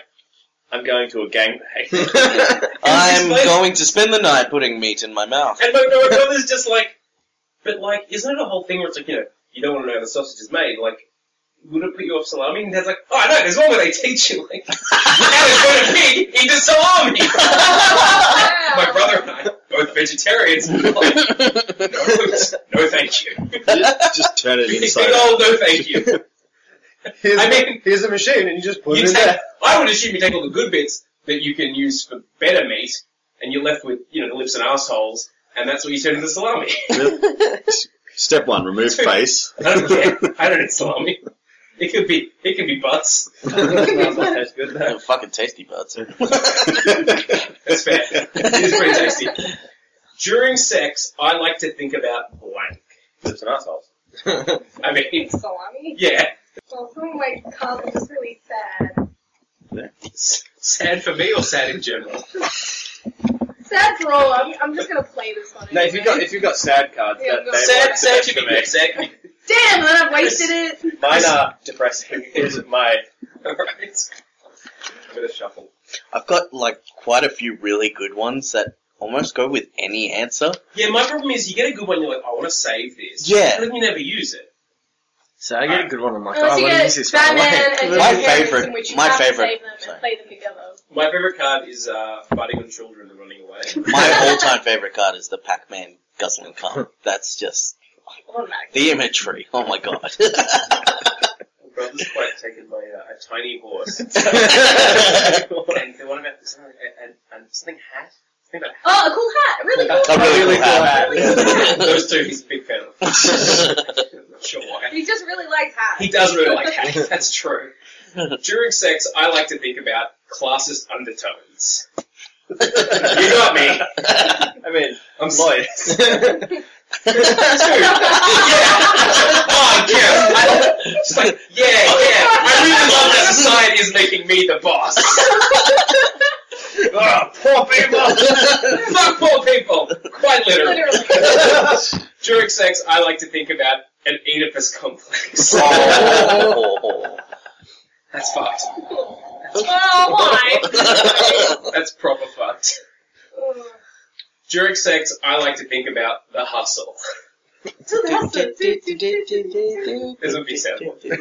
Speaker 7: I'm going to a gangbang.
Speaker 1: I'm
Speaker 5: explain-
Speaker 1: going to spend the night putting meat in my mouth.
Speaker 5: And my, my brother's just like, but like, isn't it a whole thing where it's like, you know, you don't want to know how the sausage is made, like, would it put you off salami? And Dad's like, oh, I know, there's one where they teach you, like, how to burn a pig into salami. my brother and I, both vegetarians, were like, no, no thank you.
Speaker 3: Just turn it
Speaker 5: Big
Speaker 3: inside. out.
Speaker 5: old no thank you.
Speaker 7: here's,
Speaker 5: I
Speaker 7: the-
Speaker 5: mean-
Speaker 7: here's the machine, and you just put
Speaker 5: You
Speaker 7: it in
Speaker 5: take-
Speaker 7: there.
Speaker 5: I would assume you take all the good bits that you can use for better meat, and you're left with, you know, the lips and assholes, and that's what you turn into salami.
Speaker 3: Step one, remove face.
Speaker 5: I don't care. I don't eat salami. It could be it could be butts.
Speaker 7: That's good.
Speaker 1: They're fucking tasty buds.
Speaker 5: That's fair. It is pretty tasty. During sex, I like to think about blank.
Speaker 7: Lips and assholes.
Speaker 5: I mean,
Speaker 4: Salami?
Speaker 5: yeah,
Speaker 4: Well, something like cum is just really sad.
Speaker 5: sad for me or sad in general.
Speaker 4: Sad for all. I'm, I'm just gonna play this one.
Speaker 7: No, if you've got
Speaker 4: anyway.
Speaker 7: if you've got sad cards,
Speaker 4: Yeah,
Speaker 7: that,
Speaker 4: no.
Speaker 7: they
Speaker 4: Sad-
Speaker 7: work the
Speaker 5: sad
Speaker 7: best
Speaker 5: could
Speaker 7: for
Speaker 5: be
Speaker 7: me.
Speaker 5: good. Sad could be
Speaker 4: Damn, then I've wasted it.
Speaker 7: Mine are depressing. Is my
Speaker 5: all right. Bit of shuffle.
Speaker 1: I've got like quite a few really good ones that almost go with any answer.
Speaker 5: Yeah, my problem is you get a good one. You're like, I want to save this.
Speaker 1: Yeah.
Speaker 5: And then you never use it. Uh,
Speaker 9: So I get a good one. I'm like, oh,
Speaker 4: Unless
Speaker 9: I
Speaker 4: you
Speaker 9: want to use
Speaker 4: get
Speaker 9: this right
Speaker 4: Batman and
Speaker 9: away.
Speaker 1: My
Speaker 4: Jim Harris,
Speaker 1: favourite-
Speaker 4: in which you
Speaker 1: my
Speaker 4: have to
Speaker 1: favourite-
Speaker 4: save them and
Speaker 1: sorry.
Speaker 4: play them together.
Speaker 5: My favorite card is uh, fighting on children and running away.
Speaker 1: My all-time favorite card is the Pac-Man guzzling card. That's just
Speaker 4: Well, no.
Speaker 1: the imagery. Oh my god.
Speaker 5: My brother's quite taken by uh, a tiny horse.
Speaker 1: a
Speaker 5: and the one about something, and, and something hat. Something about hat.
Speaker 4: Oh, a cool hat. Really cool.
Speaker 7: I
Speaker 1: really,
Speaker 7: really
Speaker 1: cool
Speaker 7: feel
Speaker 1: hat.
Speaker 5: Those two, he's a big fan of. I'm not sure why.
Speaker 4: He just really likes hats.
Speaker 5: He does really like hats. That's true. During sex, I like to think about classist undertones. You got me.
Speaker 7: I mean,
Speaker 5: I'm sorry.
Speaker 7: Lloyd.
Speaker 5: Oh, yeah. I, just like, yeah, yeah. I really love that society is making me the boss.
Speaker 7: oh, poor people.
Speaker 5: Fuck poor people. Quite literally.
Speaker 4: Literally.
Speaker 5: During sex, I like to think about an Oedipus complex.
Speaker 1: Oh.
Speaker 5: That's fucked.
Speaker 4: well, why?
Speaker 1: Oh.
Speaker 5: That's proper fucked. During sex, I like to think about the hustle.
Speaker 4: So that's
Speaker 5: This would be sad.
Speaker 1: yeah, I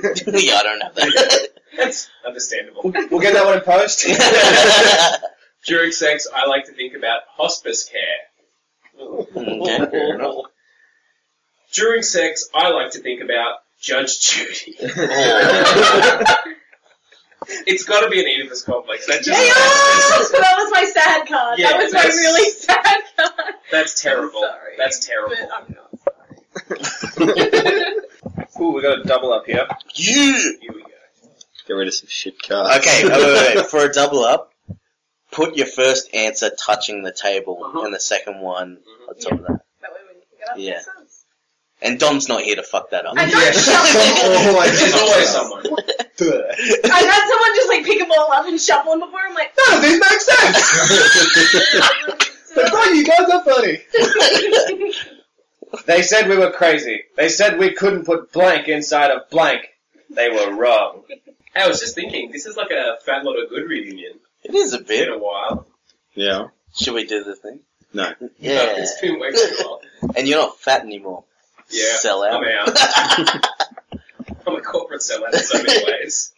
Speaker 1: don't have that.
Speaker 5: That's understandable.
Speaker 7: We'll get that one in post.
Speaker 5: During sex, I like to think about hospice care.
Speaker 1: Okay, fair enough.
Speaker 5: During sex, I like to think about Judge Judy. it's got to be an Oedipus complex. That's
Speaker 4: Yeah,
Speaker 5: just that's, that's-
Speaker 4: that was my sad card.
Speaker 5: Yeah,
Speaker 4: that was my
Speaker 5: that's-
Speaker 4: really sad card.
Speaker 5: that's terrible.
Speaker 4: I'm sorry,
Speaker 5: That's terrible.
Speaker 4: But um, I'm not.
Speaker 7: Ooh, we got a double up here.
Speaker 1: You.
Speaker 5: Here we go.
Speaker 3: Get rid of some shit cards.
Speaker 1: Okay, wait, wait, wait. for a double up, put your first answer touching the table
Speaker 5: Uh-huh. Mm-hmm.
Speaker 1: and the second one on top of that.
Speaker 4: That way when you pick it up,
Speaker 1: Yeah.
Speaker 4: it sounds-
Speaker 1: And Dom's not here to fuck that up.
Speaker 4: I got
Speaker 7: Yes.
Speaker 4: shuffled.
Speaker 7: Oh, I
Speaker 5: There's always
Speaker 4: I
Speaker 5: someone.
Speaker 4: had someone just like pick them all up and shuffle them before. I'm like,
Speaker 7: None of these make sense. They thought you guys are funny. They said we were crazy. They said we couldn't put blank inside of blank. They were wrong.
Speaker 5: Hey, I was just thinking, this is like a Fat Lot of Good reunion.
Speaker 1: It is a
Speaker 5: It's been
Speaker 1: bit.
Speaker 5: a while.
Speaker 3: Yeah.
Speaker 1: Should we do the thing?
Speaker 3: No.
Speaker 1: Yeah.
Speaker 5: It's been way too long.
Speaker 1: And you're not fat anymore.
Speaker 5: Yeah.
Speaker 1: Sell out.
Speaker 5: I'm out. I'm a corporate sellout in so many ways.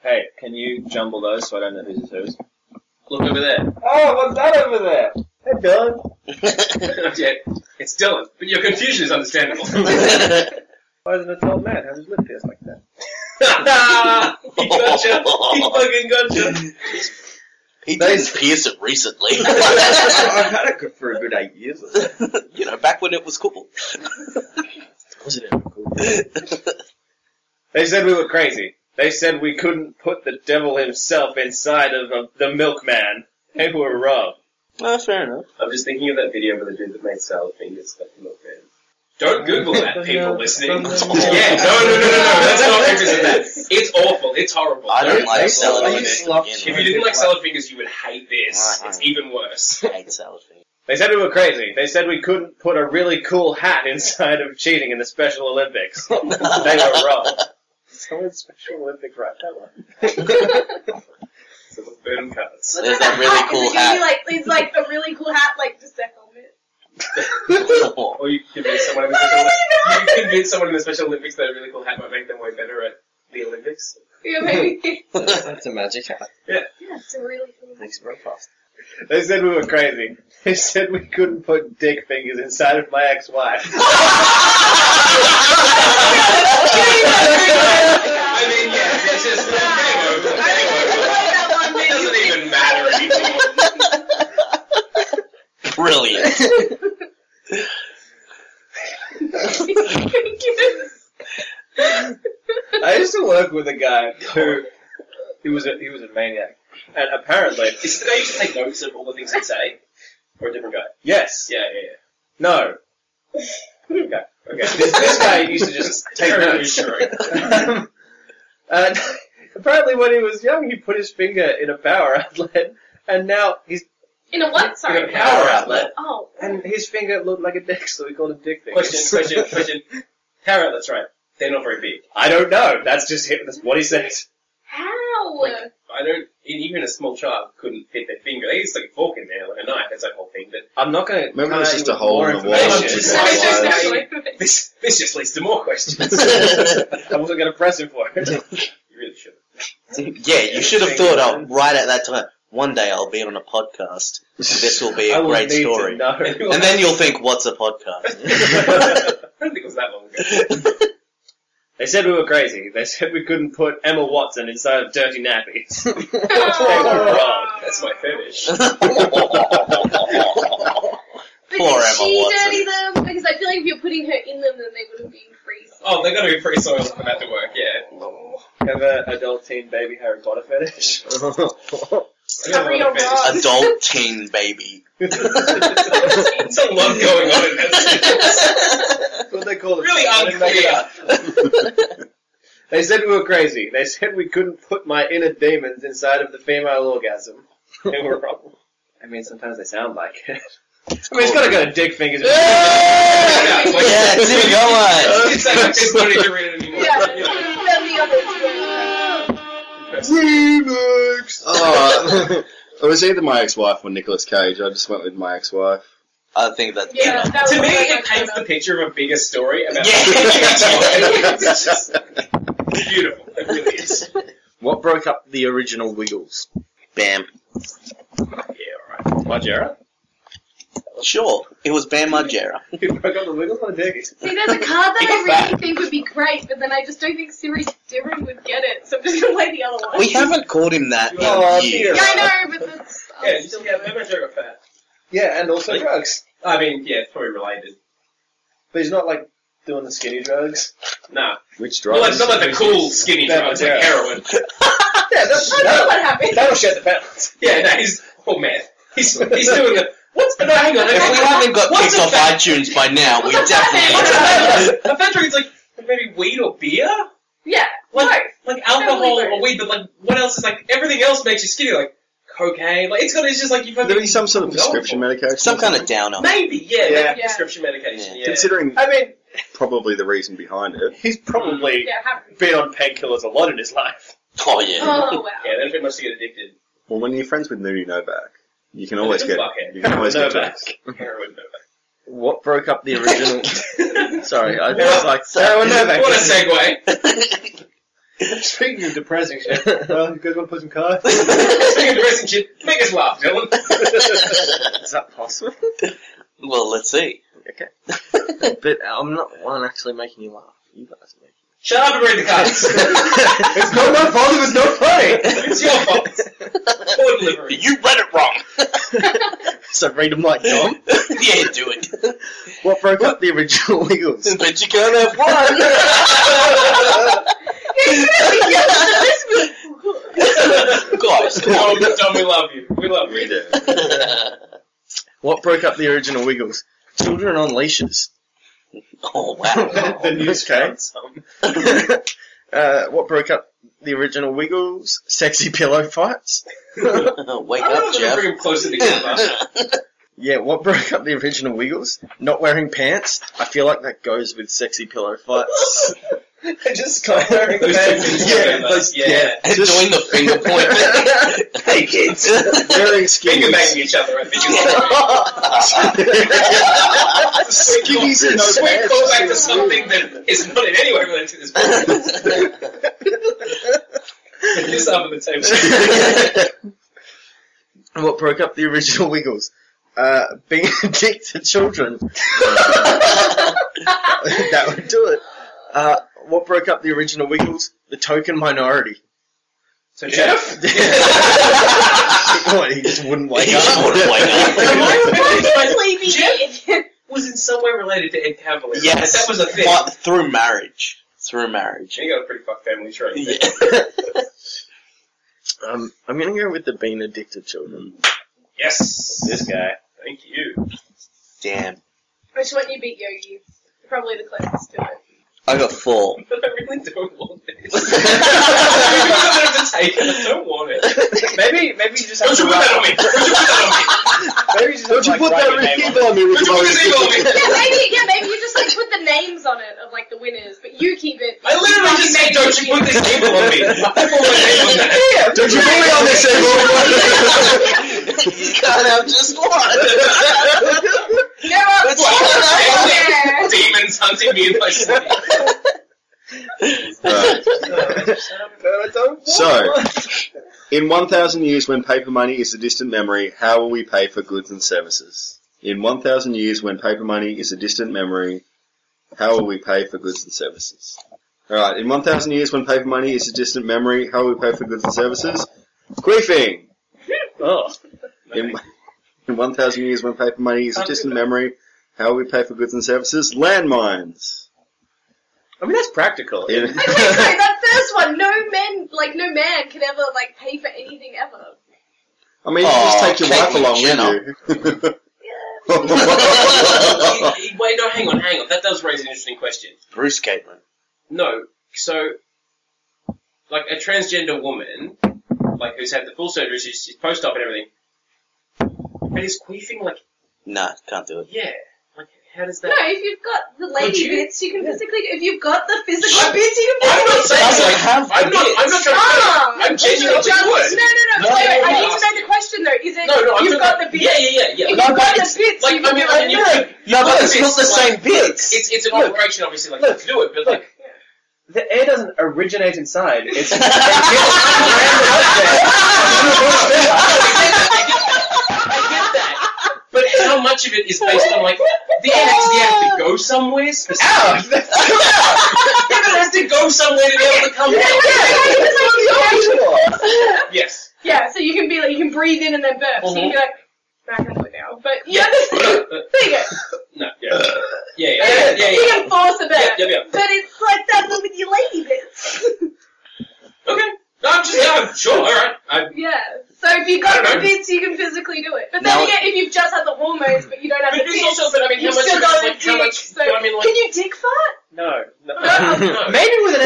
Speaker 7: Hey, can you jumble those so I don't know who's who's?
Speaker 5: Look over there.
Speaker 7: Oh, what's that over there? Hey, Dylan.
Speaker 5: yeah, it's Dylan. But your confusion is understandable.
Speaker 7: Why is an adult man have his lip pierced like that?
Speaker 5: he gotcha. He fucking gotcha.
Speaker 1: he
Speaker 7: That
Speaker 1: didn't
Speaker 7: is-
Speaker 1: pierce it recently.
Speaker 7: I've had it good for a good eight years.
Speaker 1: you know, back when it was cool.
Speaker 9: Was it ever cool?
Speaker 7: They said we were crazy. They said we couldn't put the devil himself inside of a, the milkman. They were wrong.
Speaker 1: Oh, fair enough.
Speaker 5: I'm just thinking of that video where the dude that made salad fingers stuck in milk cans. Don't Google that, people listening. yeah, no, no, no, no, no. That's not pictures of that. It's awful. It's horrible.
Speaker 1: I don't
Speaker 5: Don't-
Speaker 1: like salad
Speaker 9: I
Speaker 1: fingers.
Speaker 9: used to love
Speaker 1: to
Speaker 5: If
Speaker 1: begin
Speaker 5: you
Speaker 1: with.
Speaker 5: didn't like salad fingers, you would hate this.
Speaker 1: Right.
Speaker 5: It's even worse.
Speaker 1: I hate salad fingers.
Speaker 7: They said we were crazy. They said we couldn't put a really cool hat inside of cheating in the Special Olympics. they were wrong.
Speaker 9: Someone's Special Olympic right that one.
Speaker 5: So let's burn cards.
Speaker 1: There's that really cool
Speaker 4: Is it
Speaker 1: hat.
Speaker 4: usually like it's like a really cool hat, like just a helmet?
Speaker 5: Or you convince someone in the Special Olympics. You convince someone in the Special Olympics that a really cool hat might make them way better at the Olympics.
Speaker 4: Yeah, maybe.
Speaker 9: That's a magic hat.
Speaker 4: yeah, it's a really cool.
Speaker 9: Makes it very fast.
Speaker 7: They said we were crazy. They said we couldn't put dick fingers inside of my ex-wife.
Speaker 5: I mean, yeah, it's just game over. Game over. It doesn't even matter anymore.
Speaker 1: Brilliant.
Speaker 7: I used to work with a guy who he was a he was a maniac, and apparently
Speaker 5: Is it the guy who used to take notes of all the things I say? Or a different guy?
Speaker 7: yes,
Speaker 5: Yeah, yeah, yeah.
Speaker 7: no, okay, okay. This, this guy used to just take
Speaker 5: Very
Speaker 7: notes.
Speaker 5: reassuring.
Speaker 7: um, and apparently, when he was young, he put his finger in a power outlet, and now he's
Speaker 4: In a what?
Speaker 7: in
Speaker 4: Sorry.
Speaker 7: a power outlet,
Speaker 4: Oh.
Speaker 7: and his finger looked like a dick, so we called him dick fingers.
Speaker 5: Question, question, question. Power outlets, right? They're not very big.
Speaker 7: I don't know. That's just him. That's what he says.
Speaker 4: How?
Speaker 5: Like- I don't. Even a small child couldn't fit their finger. They used to like fork in there like a knife. That's that whole thing. But
Speaker 7: I'm not gonna.
Speaker 3: Maybe
Speaker 7: come
Speaker 3: it's
Speaker 7: at
Speaker 3: just
Speaker 7: you
Speaker 3: a
Speaker 7: with
Speaker 3: hole
Speaker 7: more
Speaker 3: in the wall.
Speaker 7: information.
Speaker 5: It's
Speaker 4: It's
Speaker 5: just- it's just-
Speaker 4: not
Speaker 5: actually-
Speaker 4: really-
Speaker 5: this this just leads to more questions.
Speaker 7: I wasn't gonna press him for it.
Speaker 5: you really should.
Speaker 1: yeah, you should have thought of right at that time. One day I'll be on a podcast. and This will be
Speaker 7: I
Speaker 1: a
Speaker 7: will
Speaker 1: great
Speaker 7: need To
Speaker 1: story.
Speaker 7: know.
Speaker 1: And then you'll think, what's a podcast?
Speaker 7: then-
Speaker 5: I don't think it was that long ago.
Speaker 7: they said we were crazy. They said we couldn't put Emma Watson inside of dirty nappies.
Speaker 4: Oh.
Speaker 5: That's my fetish.
Speaker 4: But
Speaker 1: Poor
Speaker 4: did
Speaker 1: Emma
Speaker 4: she
Speaker 1: Watson.
Speaker 4: dirty them? Because I feel like if you're putting her in them, then they would have been free.
Speaker 5: Oh, they got to be pretty soiled for that to work. Yeah.
Speaker 7: Have a adult teen baby Harry Potter fetish.
Speaker 5: I got a
Speaker 4: Real
Speaker 5: lot of fetishes.
Speaker 4: wrong.
Speaker 1: Adult teen baby.
Speaker 5: There's a lot going on in that.
Speaker 7: what they call it?
Speaker 5: Really
Speaker 7: I didn't make it
Speaker 5: unclear.
Speaker 7: up. They said we were crazy. They said we couldn't put my inner demons inside of the female orgasm. They were wrong. I mean, sometimes they sound like it. I mean, it's gotta go to dick fingers.
Speaker 1: yeah, keep going.
Speaker 5: It's like there's no need to read it anymore.
Speaker 4: Yeah,
Speaker 5: You know,
Speaker 4: then the others were.
Speaker 3: Remix. Oh,
Speaker 9: Oh,
Speaker 3: it was either my ex-wife or Nicolas Cage. I just went with my ex-wife.
Speaker 1: I think that's
Speaker 4: Yeah, that was
Speaker 5: To me,
Speaker 4: very
Speaker 5: it
Speaker 4: much
Speaker 5: paints
Speaker 4: better.
Speaker 5: the picture of a bigger story about.
Speaker 1: Yeah.
Speaker 5: it's just beautiful. It really is.
Speaker 9: What broke up the original Wiggles?
Speaker 1: Bam.
Speaker 5: Yeah, alright. Margera?
Speaker 1: Sure, it was Bam Margera.
Speaker 7: You broke up the wiggles on the dick.
Speaker 4: See, there's a card that
Speaker 7: Think
Speaker 4: I
Speaker 7: of
Speaker 4: really
Speaker 7: that.
Speaker 4: think would be great, but then I just don't think Siri Divrin would get it, so I'm just gonna play the other one.
Speaker 1: We haven't called him that in
Speaker 7: Oh, dear.
Speaker 1: years.
Speaker 4: Yeah, I know, but that's.
Speaker 5: Yeah, you still have Margera fat.
Speaker 7: Yeah, and also
Speaker 5: Like-
Speaker 7: drugs.
Speaker 5: I mean, yeah, it's probably related.
Speaker 7: But he's not like doing the skinny drugs.
Speaker 5: Nah.
Speaker 3: Which
Speaker 5: Not
Speaker 3: drive?
Speaker 5: like, not like the cool skinny
Speaker 7: Bam
Speaker 5: drugs, like
Speaker 7: Margera.
Speaker 5: heroin.
Speaker 7: Yeah, that's
Speaker 4: I don't know what happened.
Speaker 7: that'll shut the balance.
Speaker 5: Yeah, no, he's. Oh, man. He's, he's doing the. What's. No, hang on.
Speaker 1: If we haven't got
Speaker 5: What's
Speaker 1: picked
Speaker 5: a
Speaker 1: off
Speaker 5: fat-
Speaker 1: iTunes by now, we
Speaker 4: What's a
Speaker 5: What's
Speaker 1: definitely.
Speaker 5: a fat drug? A fat drug is like maybe weed or beer?
Speaker 4: Yeah,
Speaker 5: Like,
Speaker 4: no.
Speaker 5: like alcohol
Speaker 4: Totally.
Speaker 5: or weed, but like, what else is like. Everything else makes you skinny, like cocaine. Like, it's got. It's just like you've
Speaker 3: Would there be some sort of
Speaker 5: Go for
Speaker 3: prescription
Speaker 5: it.
Speaker 3: medication?
Speaker 1: Some kind of downer.
Speaker 5: Maybe, yeah,
Speaker 7: Yeah.
Speaker 5: maybe
Speaker 4: Yeah.
Speaker 5: prescription medication. Yeah.
Speaker 3: Considering
Speaker 7: I mean,
Speaker 3: probably the reason behind it.
Speaker 7: he's probably
Speaker 4: Yeah, it happened.
Speaker 7: been on painkillers a lot in his life.
Speaker 1: Oh yeah.
Speaker 4: Oh, wow.
Speaker 5: yeah, they don't get much to get addicted.
Speaker 3: Well, when you're friends with Nudie Novak, you can always get
Speaker 5: Bucket.
Speaker 3: you can always get
Speaker 7: Novak.
Speaker 3: drugs.
Speaker 5: Heroin Novak.
Speaker 9: What broke up the original?
Speaker 5: Novak.
Speaker 9: Sorry, I was like,
Speaker 1: Sarah
Speaker 7: Novak.
Speaker 5: what a segue.
Speaker 7: Speaking of depressing shit, well, you guys want to play some cards?
Speaker 5: Speaking of depressing shit, make us laugh, Dylan.
Speaker 9: is that possible?
Speaker 1: well, let's see.
Speaker 9: Okay. But I'm not one actually making you laugh. You guys are making
Speaker 5: Shut up and read the cards.
Speaker 7: it's not my fault, it was not funny!
Speaker 5: it's your fault. Poor delivery.
Speaker 1: You read it wrong.
Speaker 9: So read them like Dom.
Speaker 1: yeah, do it.
Speaker 9: What broke up the original Wiggles?
Speaker 1: But you can't have one. Guys, come
Speaker 5: Oh,
Speaker 1: on.
Speaker 5: but Tom, we love you. We love you.
Speaker 3: Read it.
Speaker 9: What broke up the original Wiggles? Children on leashes.
Speaker 1: oh wow.
Speaker 7: the news
Speaker 9: Okay.
Speaker 7: found some.
Speaker 9: uh, what broke up the original Wiggles? Sexy pillow fights.
Speaker 1: Wake
Speaker 5: I
Speaker 1: up,
Speaker 5: don't know if
Speaker 1: Jeff.
Speaker 5: we bring him closer together.
Speaker 9: Yeah, what broke up the original Wiggles? Not wearing pants. I feel like that goes with sexy pillow fights.
Speaker 7: I just can't wearing
Speaker 5: Those two
Speaker 7: pants.
Speaker 5: things
Speaker 9: Yeah,
Speaker 5: together.
Speaker 9: those-
Speaker 5: yeah.
Speaker 9: yeah.
Speaker 1: And doing the finger point. hey kids.
Speaker 9: Wearing
Speaker 5: Finger
Speaker 9: skinny.
Speaker 5: banging each other, I think. is
Speaker 9: Skinnies and
Speaker 5: No, we
Speaker 9: sweat.
Speaker 5: call back to something that is not in any way related to this podcast. This up at the table.
Speaker 9: What broke up the original Wiggles? Uh, being a dick to children. that would do it. Uh, what broke up the original Wiggles? The token minority.
Speaker 5: So Jeff,
Speaker 9: what, he just wouldn't wake
Speaker 1: He
Speaker 9: up.
Speaker 1: just wouldn't wake
Speaker 4: Why, why
Speaker 1: up.
Speaker 4: did I leave you?
Speaker 5: was in some way related to Ed Cavalier.
Speaker 1: Yes.
Speaker 5: That was a thing.
Speaker 1: But through marriage. Through marriage.
Speaker 5: He got a pretty fucked family tree.
Speaker 1: Yeah.
Speaker 9: Um, I'm gonna go with the being addicted children.
Speaker 5: Yes.
Speaker 7: This guy.
Speaker 5: Thank you.
Speaker 1: Damn.
Speaker 4: Which one you beat, Yogi? Probably the closest to it.
Speaker 1: I got four.
Speaker 5: But I really don't want this. Maybe I would have taken it. I don't want it.
Speaker 6: Maybe, maybe you just have to
Speaker 5: Don't you put
Speaker 6: write,
Speaker 5: that on me. Don't you put that
Speaker 6: maybe you just have to like, write your name on
Speaker 5: on me. Don't
Speaker 7: Don't you put that ring on me,
Speaker 5: you put this ego on me.
Speaker 4: Yeah, maybe, yeah, maybe you just like put the names on it of like the winners, but you keep it.
Speaker 5: I literally just said, don't you put this table on me. I put my name on that.
Speaker 7: Don't you put me on this
Speaker 1: you can't have just one.
Speaker 4: There are
Speaker 1: That's
Speaker 4: four of them there.
Speaker 5: Demons hunting me in my sleep.
Speaker 3: Right. So, in 1,000 years when paper money is a distant memory, how will we pay for goods and services? In 1,000 years when paper money is a distant memory, how will we pay for goods and services? Alright, in 1,000 years when paper money is a distant memory, how will we pay for goods and services? Griefing!
Speaker 7: Oh,
Speaker 3: In, in 1,000 years when paper money is a distant memory, how will we pay for goods and services? Landmines!
Speaker 7: I mean that's practical.
Speaker 3: In-
Speaker 4: Wait, wait, sorry, that first one. No men, like no man, can ever like pay for anything ever.
Speaker 3: I mean, you can just
Speaker 1: Aw,
Speaker 3: take your wife
Speaker 1: Caitlyn
Speaker 3: along
Speaker 1: Jenner.
Speaker 3: with you.
Speaker 5: Wait, wait, no, hang on, hang on. That does raise an interesting question.
Speaker 1: Bruce Caitlin.
Speaker 5: No, so, like, a transgender woman, like, who's had the full surgery, she's, she's post-op and everything, but is queefing, like,
Speaker 1: Nah, can't do it.
Speaker 5: yeah, like, how does
Speaker 4: No,
Speaker 5: that...
Speaker 4: if you've got the lady
Speaker 5: you?
Speaker 4: bits, you can physically. If you've got the physical bits, you can
Speaker 5: I'm not
Speaker 4: physically.
Speaker 5: saying,
Speaker 1: Doesn't
Speaker 5: like,
Speaker 1: have
Speaker 5: I'm not, I'm not trying
Speaker 4: Ah,
Speaker 5: to... I'm genuinely
Speaker 4: John,
Speaker 5: would.
Speaker 4: No, no, no.
Speaker 5: No,
Speaker 4: wait, wait,
Speaker 5: no,
Speaker 4: I
Speaker 5: no.
Speaker 4: need to know the question though. Is it
Speaker 5: No, no, I'm
Speaker 4: you've got the
Speaker 5: talking
Speaker 4: bits?
Speaker 5: about- Yeah, yeah, yeah,
Speaker 4: If
Speaker 5: yeah.
Speaker 4: you've got the
Speaker 1: it's-
Speaker 4: bits, you
Speaker 5: like,
Speaker 4: can
Speaker 5: I mean,
Speaker 4: do
Speaker 5: I
Speaker 4: it.
Speaker 5: know.
Speaker 1: No, but it's not the
Speaker 5: Look,
Speaker 1: same bits.
Speaker 5: It's, it's an
Speaker 7: Look.
Speaker 5: operation, obviously, like, you
Speaker 7: Look.
Speaker 5: can do it, but, like,
Speaker 7: The air doesn't originate inside. It's
Speaker 5: But how much of it is based on like the air has, the air to go somewhere specifically? Yeah, but it has to go somewhere to be able to come back. Yes.
Speaker 4: Yeah, so you can be like you can breathe in and then burp. So
Speaker 5: Mm-hmm.
Speaker 4: you can be like, "No, I can do it now. But yeah, this, there you go.
Speaker 5: No. Yeah. Yeah. Yeah. Yeah.
Speaker 4: You
Speaker 5: Yeah.
Speaker 4: can force a burp.
Speaker 5: Yeah. Yeah. yeah.
Speaker 4: But it's like that with your lady bits.
Speaker 5: Okay. No, I'm just. Yeah, I'm sure. All right. I,
Speaker 4: yeah. So if you
Speaker 5: I
Speaker 4: got
Speaker 5: don't
Speaker 4: the
Speaker 5: know.
Speaker 4: bits, you can physically do it. But then
Speaker 1: Now-
Speaker 4: again, if you've just had the hormones but you don't have
Speaker 5: but
Speaker 4: the
Speaker 5: there's
Speaker 4: bits,
Speaker 5: also. But I mean, how
Speaker 4: you've
Speaker 5: much?
Speaker 4: still
Speaker 5: of it's,
Speaker 4: got
Speaker 5: like,
Speaker 4: the
Speaker 5: how
Speaker 4: dick.
Speaker 5: much?
Speaker 4: So
Speaker 5: you know what I mean, like.
Speaker 4: can you dick fart?
Speaker 7: no, no.
Speaker 5: No.
Speaker 6: Maybe with an
Speaker 4: I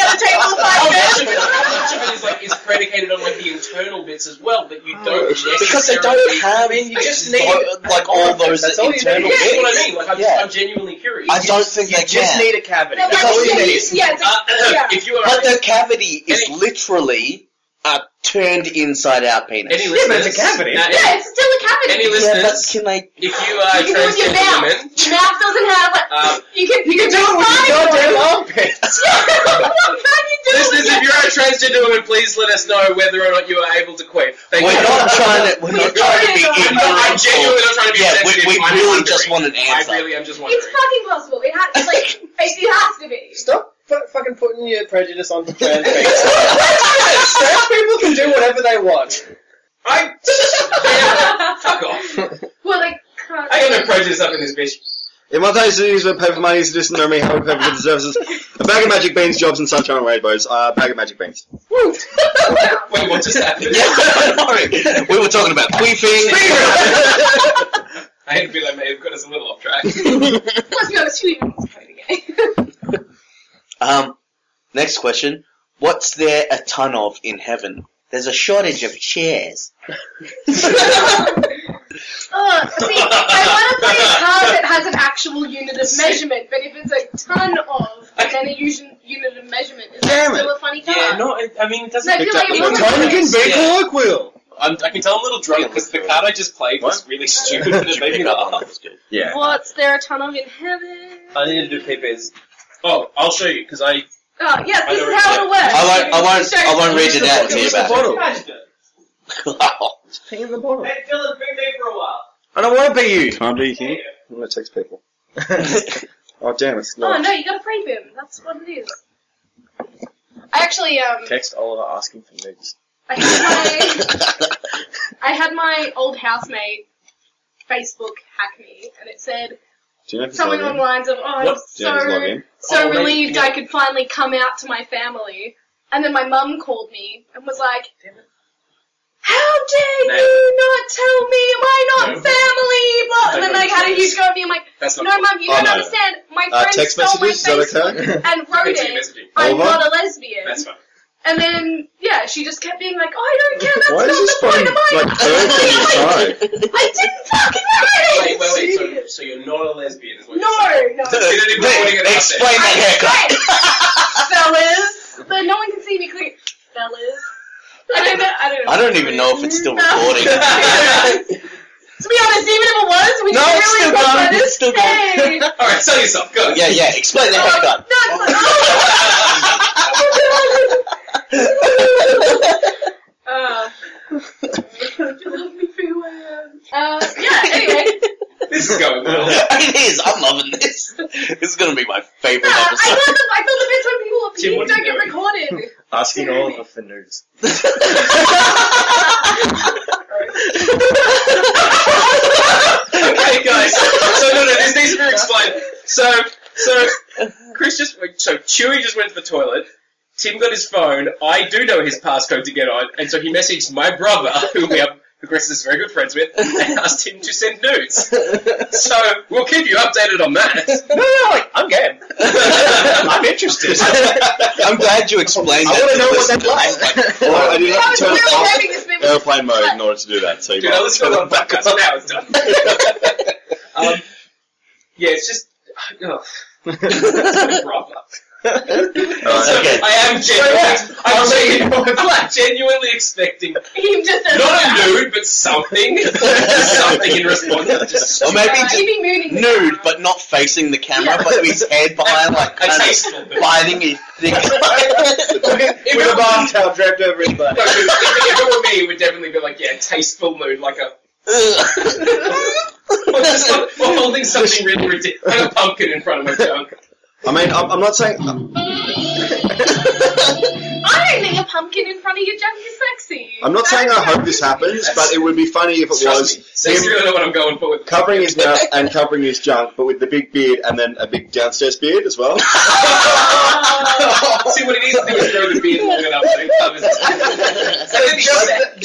Speaker 4: gotta take all
Speaker 5: How
Speaker 4: five
Speaker 5: much
Speaker 4: minutes.
Speaker 5: of it- how much of it is like is predicated on like the internal bits as well that you don't necessarily
Speaker 1: Because they don't have
Speaker 7: mean, you just
Speaker 1: bo-
Speaker 7: need-
Speaker 1: like all those
Speaker 7: That's all you
Speaker 1: internal
Speaker 7: need.
Speaker 5: That's
Speaker 1: bits.
Speaker 5: what I mean. Like I'm,
Speaker 1: Yeah.
Speaker 5: I'm genuinely curious.
Speaker 1: I don't think they
Speaker 7: You just
Speaker 1: can.
Speaker 7: need a cavity.
Speaker 4: No,
Speaker 7: That's
Speaker 4: but
Speaker 7: all you
Speaker 4: yeah,
Speaker 7: need.
Speaker 4: you- yeah,
Speaker 5: Uh,
Speaker 4: it's- yeah.
Speaker 5: If you are
Speaker 1: But the cavity is
Speaker 5: Any-
Speaker 1: literally a turned inside out penis.
Speaker 5: Any
Speaker 7: Yeah, but
Speaker 5: listeners?
Speaker 7: it's a cavity.
Speaker 5: Now,
Speaker 4: Yeah, it's still a cavity.
Speaker 5: Any uh,
Speaker 1: yeah, but
Speaker 5: listeners?
Speaker 1: can they?
Speaker 5: If you are a
Speaker 4: you can do it with your
Speaker 5: transgender
Speaker 4: mouth.
Speaker 5: woman,
Speaker 4: Your mouth doesn't have like
Speaker 5: Um,
Speaker 4: you can you, can, do it with your
Speaker 7: Goddamn armpits.
Speaker 5: listeners, if you're
Speaker 4: Listeners,
Speaker 5: a transgender woman, please let us know whether or not you are able to quit. Thank
Speaker 1: We're
Speaker 5: you.
Speaker 1: not trying to. We're
Speaker 4: We're
Speaker 1: not trying to be
Speaker 4: trying to-
Speaker 5: I'm, not, I'm genuinely
Speaker 1: ignorant.
Speaker 5: not trying to be
Speaker 1: Yeah, we,
Speaker 5: sensitive.
Speaker 1: we
Speaker 5: I'm
Speaker 1: really
Speaker 5: wondering.
Speaker 1: just want an answer.
Speaker 5: I really am just
Speaker 4: It's
Speaker 5: wondering.
Speaker 4: fucking possible. It has like it has to be.
Speaker 7: Stop fu- fucking putting your prejudice onto trans people. trans people can do whatever they want.
Speaker 5: I. Fuck off.
Speaker 4: well, like can't.
Speaker 5: I got no prejudice up in this bitch.
Speaker 3: In my days, it is where paper money is just normally how paper goods and services. A bag of magic beans, jobs, and sunshine and rainbows. Uh, bag of magic beans.
Speaker 5: Wait, what just happened?
Speaker 1: Sorry, we were talking about queefing.
Speaker 5: I had to be like, mate, you've got us a little off track.
Speaker 4: Let's be honest, who even is playing the game?
Speaker 1: um, next question. What's there a ton of in heaven? There's a shortage of chairs.
Speaker 4: Oh, see, I want to play a card that has an actual unit of measurement, but if it's a ton of, then a usu- unit of measurement is that
Speaker 3: Damn
Speaker 4: still a funny card.
Speaker 5: yeah, no, I, I mean, it doesn't.
Speaker 4: No, I feel like it
Speaker 5: Even
Speaker 4: wasn't
Speaker 5: Tony
Speaker 4: really-
Speaker 5: can be
Speaker 6: Yeah.
Speaker 5: I'm, I can tell I'm a little drunk because the card I just played was really stupid and it made me laugh.
Speaker 3: Yeah.
Speaker 4: What's there a ton of in heaven?
Speaker 5: Uh,
Speaker 7: I need to do peepers.
Speaker 5: Oh, I'll show you because I.
Speaker 4: Oh, yes,
Speaker 5: I
Speaker 4: this
Speaker 5: don't
Speaker 4: is how it works.
Speaker 1: I won't. I won't. I won't read it out to you about. it.
Speaker 9: Pee in the bottle.
Speaker 5: Hey, Dylan, been there for a while.
Speaker 9: I don't want to be you.
Speaker 6: Time to eat him. I'm gonna text people. Oh damn, it's
Speaker 4: Oh,
Speaker 6: not.
Speaker 4: no, you gotta frame him. That's what it is. I actually, um,
Speaker 9: Text Oliver asking for nudes.
Speaker 4: I had my, I had my old housemate Facebook hack me, and it said
Speaker 3: Do you know if he's
Speaker 4: something along the
Speaker 3: logging?
Speaker 4: lines of, oh, I'm
Speaker 3: Yep. Do you know if he's
Speaker 4: so
Speaker 3: logging?
Speaker 4: so
Speaker 5: Oh,
Speaker 4: relieved
Speaker 5: yeah.
Speaker 4: I could finally come out to my family. And then my mum called me and was like,
Speaker 5: Damn it.
Speaker 4: How dare
Speaker 5: No.
Speaker 4: you not tell me? Am I not
Speaker 5: No.
Speaker 4: family? Blah. And
Speaker 5: No,
Speaker 4: then
Speaker 5: no,
Speaker 4: I had a
Speaker 5: no.
Speaker 4: huge go at me. I'm like,
Speaker 5: That's not.
Speaker 4: No, mum, you
Speaker 3: Oh,
Speaker 4: don't
Speaker 3: no.
Speaker 4: understand. My
Speaker 3: Uh,
Speaker 4: friend
Speaker 3: text
Speaker 4: stole my
Speaker 3: messages, is that okay?
Speaker 4: Facebook and wrote it.
Speaker 5: Text messaging.
Speaker 4: I'm
Speaker 3: Over?
Speaker 4: not a lesbian.
Speaker 5: That's fine.
Speaker 4: And then, yeah, she just kept being like, oh, I don't care. That's
Speaker 3: Why
Speaker 4: not
Speaker 3: is this
Speaker 4: the point of my
Speaker 3: fucking like third
Speaker 4: life.
Speaker 3: from the
Speaker 4: I didn't fucking write
Speaker 5: Wait,
Speaker 4: it.
Speaker 5: wait, wait. So, so you're not a lesbian, is what
Speaker 4: No,
Speaker 5: you're saying?
Speaker 4: no.
Speaker 5: Consider recording it out there.
Speaker 1: Explain that haircut.
Speaker 4: fellas. But no one can see me clear. Fellas. I don't know. I don't, know.
Speaker 1: I don't even know if it's still
Speaker 4: No.
Speaker 1: recording.
Speaker 4: to be honest, even if it was, we
Speaker 1: No,
Speaker 4: didn't
Speaker 1: it's
Speaker 4: really
Speaker 1: still
Speaker 4: talk
Speaker 1: gone.
Speaker 4: about
Speaker 1: It's
Speaker 4: this.
Speaker 1: still gone.
Speaker 4: Hey. Oh,
Speaker 5: All right, sell yourself. Go.
Speaker 1: Yeah, yeah. Explain that
Speaker 4: no,
Speaker 1: haircut.
Speaker 4: Oh. You love me for who I am. Uh, yeah, anyway.
Speaker 5: This is going well.
Speaker 1: it is. I'm loving this. This is gonna be my
Speaker 4: Nah,
Speaker 1: favorite
Speaker 4: I
Speaker 1: episode.
Speaker 4: thought the, I thought the bits when people are
Speaker 5: Jim,
Speaker 4: people
Speaker 5: what
Speaker 4: don't
Speaker 5: you
Speaker 4: get
Speaker 5: doing?
Speaker 4: recorded.
Speaker 9: Asking Oliver for nudes.
Speaker 5: okay, guys. So no, no, this needs to be explained. So, so Chris just so Chewy just went to the toilet. Tim got his phone. I do know his passcode to get on, and so he messaged my brother, who we are who Chris is very good friends with, and asked him to send nudes. So we'll keep you updated on that. No, no, like, I'm game. I'm interested.
Speaker 1: I'm glad you explained
Speaker 3: I
Speaker 1: that.
Speaker 3: wanna
Speaker 1: to
Speaker 3: know
Speaker 1: the
Speaker 3: what that's
Speaker 1: listeners.
Speaker 3: side. Or I didn't
Speaker 4: I
Speaker 3: have
Speaker 4: was
Speaker 3: to turn
Speaker 4: really
Speaker 3: off
Speaker 4: hoping this bit was
Speaker 3: airplane mode in order to do that. So you
Speaker 5: Dude,
Speaker 3: might
Speaker 5: I listened to
Speaker 3: have
Speaker 5: the
Speaker 3: to turn it
Speaker 5: podcast.
Speaker 3: back
Speaker 5: Now it's done. um, yeah, it's just. ugh, my brother.
Speaker 3: Alright.
Speaker 5: So,
Speaker 1: Okay.
Speaker 5: I am genuinely, I'm, genuinely, I'm genuinely expecting
Speaker 4: He just said
Speaker 5: not a nude, but something, Just something in response. Just
Speaker 1: Or maybe
Speaker 4: he'd
Speaker 1: just
Speaker 4: be mooning me
Speaker 1: nude,
Speaker 4: now.
Speaker 1: but not facing the camera,
Speaker 4: Yeah.
Speaker 1: but with his head behind, like
Speaker 5: a
Speaker 1: kind of
Speaker 5: tasteful bit.
Speaker 1: biting his thing.
Speaker 5: If
Speaker 6: With a
Speaker 5: it were-
Speaker 6: bath towel draped over his butt.
Speaker 5: No, if, if it were me, it would definitely be like, yeah, tasteful nude, like a or, just, or holding something really ridiculous, like a pumpkin in front of my junk.
Speaker 3: I mean, I'm, I'm not saying.
Speaker 4: I don't think a pumpkin in front of your junk is sexy.
Speaker 3: I'm not
Speaker 4: That
Speaker 3: saying
Speaker 4: is
Speaker 3: I hope
Speaker 4: not-
Speaker 3: this happens, but it would be funny if it
Speaker 5: Trust me,
Speaker 3: was
Speaker 5: so you
Speaker 3: him
Speaker 5: really know what I'm going for with
Speaker 3: covering his mouth and covering his junk, but with the big beard and then a big downstairs beard as well.
Speaker 5: See, what he needs to do is grow the beard long enough that it covers his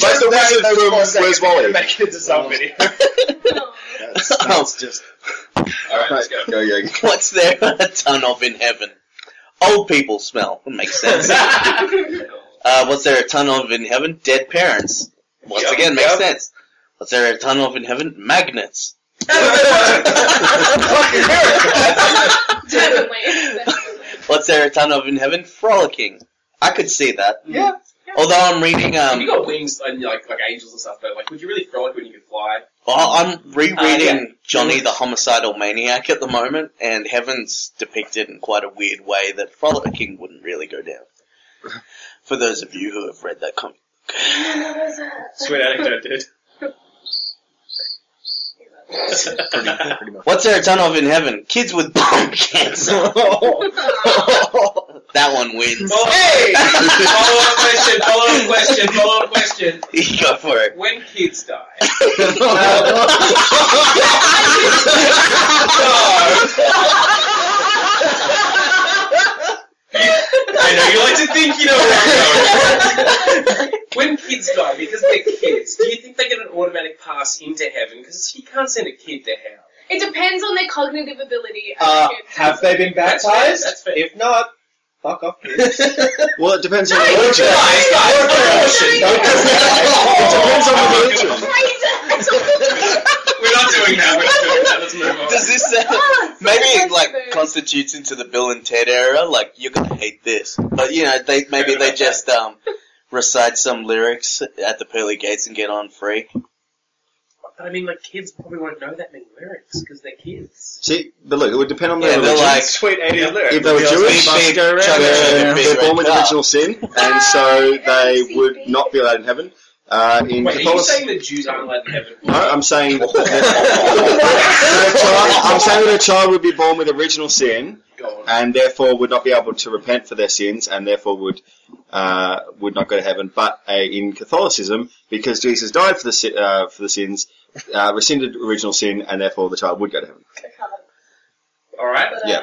Speaker 3: Like the wizard from Where's Wally?
Speaker 5: Make it into somebody.
Speaker 3: That's just.
Speaker 5: Alright, let's go.
Speaker 3: Go, go, go.
Speaker 1: What's there a ton of in heaven? Old people smell. It makes sense. Uh, what's there a ton of in heaven? Dead parents. Once
Speaker 5: Yep,
Speaker 1: again, makes
Speaker 5: yep.
Speaker 1: sense. What's there a ton of in heaven? Magnets.
Speaker 4: Definitely. Definitely.
Speaker 1: What's there a ton of in heaven? Frolicking. I could see that.
Speaker 5: Yeah.
Speaker 1: Although I'm reading,
Speaker 5: If you
Speaker 1: um,
Speaker 5: got wings and like like angels and stuff, but like, would you really frolic when you could
Speaker 1: I-
Speaker 5: fly?
Speaker 1: oh, I'm rereading
Speaker 5: Uh, yeah.
Speaker 1: Johnny the Homicidal Maniac at the moment, and heaven's depicted in quite a weird way that frolicking wouldn't really go down. For those of you who have read that comic,
Speaker 4: What was that?
Speaker 7: Sweet anecdote, dude.
Speaker 9: pretty, pretty much.
Speaker 1: What's there a ton of in heaven? Kids with bone cancer. that one wins.
Speaker 5: Follow, hey!
Speaker 3: Oh,
Speaker 5: follow up question, follow up question, follow up question.
Speaker 1: Go for it.
Speaker 5: When kids die. I know you like to think you know where I'm going. When kids die, because they're kids, do you think they get an automatic pass into heaven? Because you can't send a kid to hell.
Speaker 4: It depends on their cognitive ability. I
Speaker 6: Uh,
Speaker 4: reckon.
Speaker 6: have they been
Speaker 5: That's fair,
Speaker 6: baptized?
Speaker 5: that's fair.
Speaker 6: If not, fuck off. kids.
Speaker 3: Well, it depends on
Speaker 4: No,
Speaker 3: the
Speaker 4: you
Speaker 3: religion.
Speaker 5: Guys, guys,
Speaker 4: No,
Speaker 5: abortion.
Speaker 4: no, no,
Speaker 3: It depends on the religion.
Speaker 5: We're not doing that, we're not doing that, let's move on.
Speaker 1: Does this sound, maybe it like constitutes into the Bill and Ted era? Like you're gonna hate this, but you know they maybe they just um recite some lyrics at the pearly gates and get on free.
Speaker 5: But I mean, like, kids probably won't know that many lyrics because they're kids.
Speaker 3: See, but look, it would depend on the
Speaker 1: Yeah, they're
Speaker 3: religion.
Speaker 1: like
Speaker 7: Sweet 80s
Speaker 5: Yeah.
Speaker 7: lyric.
Speaker 3: if they were
Speaker 1: Big,
Speaker 3: Jewish,
Speaker 1: big,
Speaker 3: go around.
Speaker 1: chugga,
Speaker 3: They're,
Speaker 1: big
Speaker 3: they're born
Speaker 1: red
Speaker 3: with
Speaker 1: car.
Speaker 3: original sin, and so they would not be allowed in heaven. Uh, in
Speaker 5: Wait, are you
Speaker 3: Catholicism,
Speaker 5: saying the Jews aren't allowed in heaven?
Speaker 3: no, I'm saying that, that a child, I'm saying that a child would be born with original sin,
Speaker 5: Go on.
Speaker 3: and therefore would not be able to repent for their sins, and therefore would uh, would not go to heaven. But uh, in Catholicism, because Jesus died for the si- uh, for the sins, uh, rescinded original sin, and therefore the child would go to heaven.
Speaker 5: Alright.
Speaker 3: Yeah.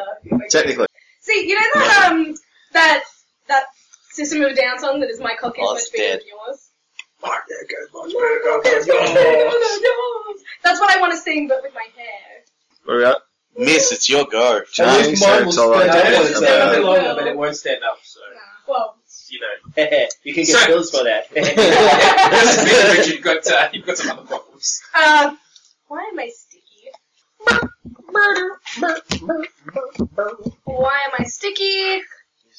Speaker 3: Technically,
Speaker 4: See, you know that um that that System of a Down song that is my cock is
Speaker 1: Oh,
Speaker 4: much
Speaker 1: it's
Speaker 4: bigger
Speaker 1: dead.
Speaker 4: than yours.
Speaker 5: Fuck, there goes my
Speaker 4: My cock is much bigger than yours. That's what I want to sing, but with my hair.
Speaker 3: All right.
Speaker 1: Miss, it's your go.
Speaker 3: At least mine was
Speaker 6: I
Speaker 5: No,
Speaker 6: know,
Speaker 5: it'll
Speaker 6: it's
Speaker 5: stand up
Speaker 6: about-
Speaker 5: in longer, but it won't stand up, so,
Speaker 4: Nah, Well,
Speaker 5: you know.
Speaker 7: you can get
Speaker 5: So-
Speaker 7: bills for that.
Speaker 5: That's a bit rich, you've got, uh, you've got some other problems.
Speaker 4: uh, why am I sticky? Why am I sticky?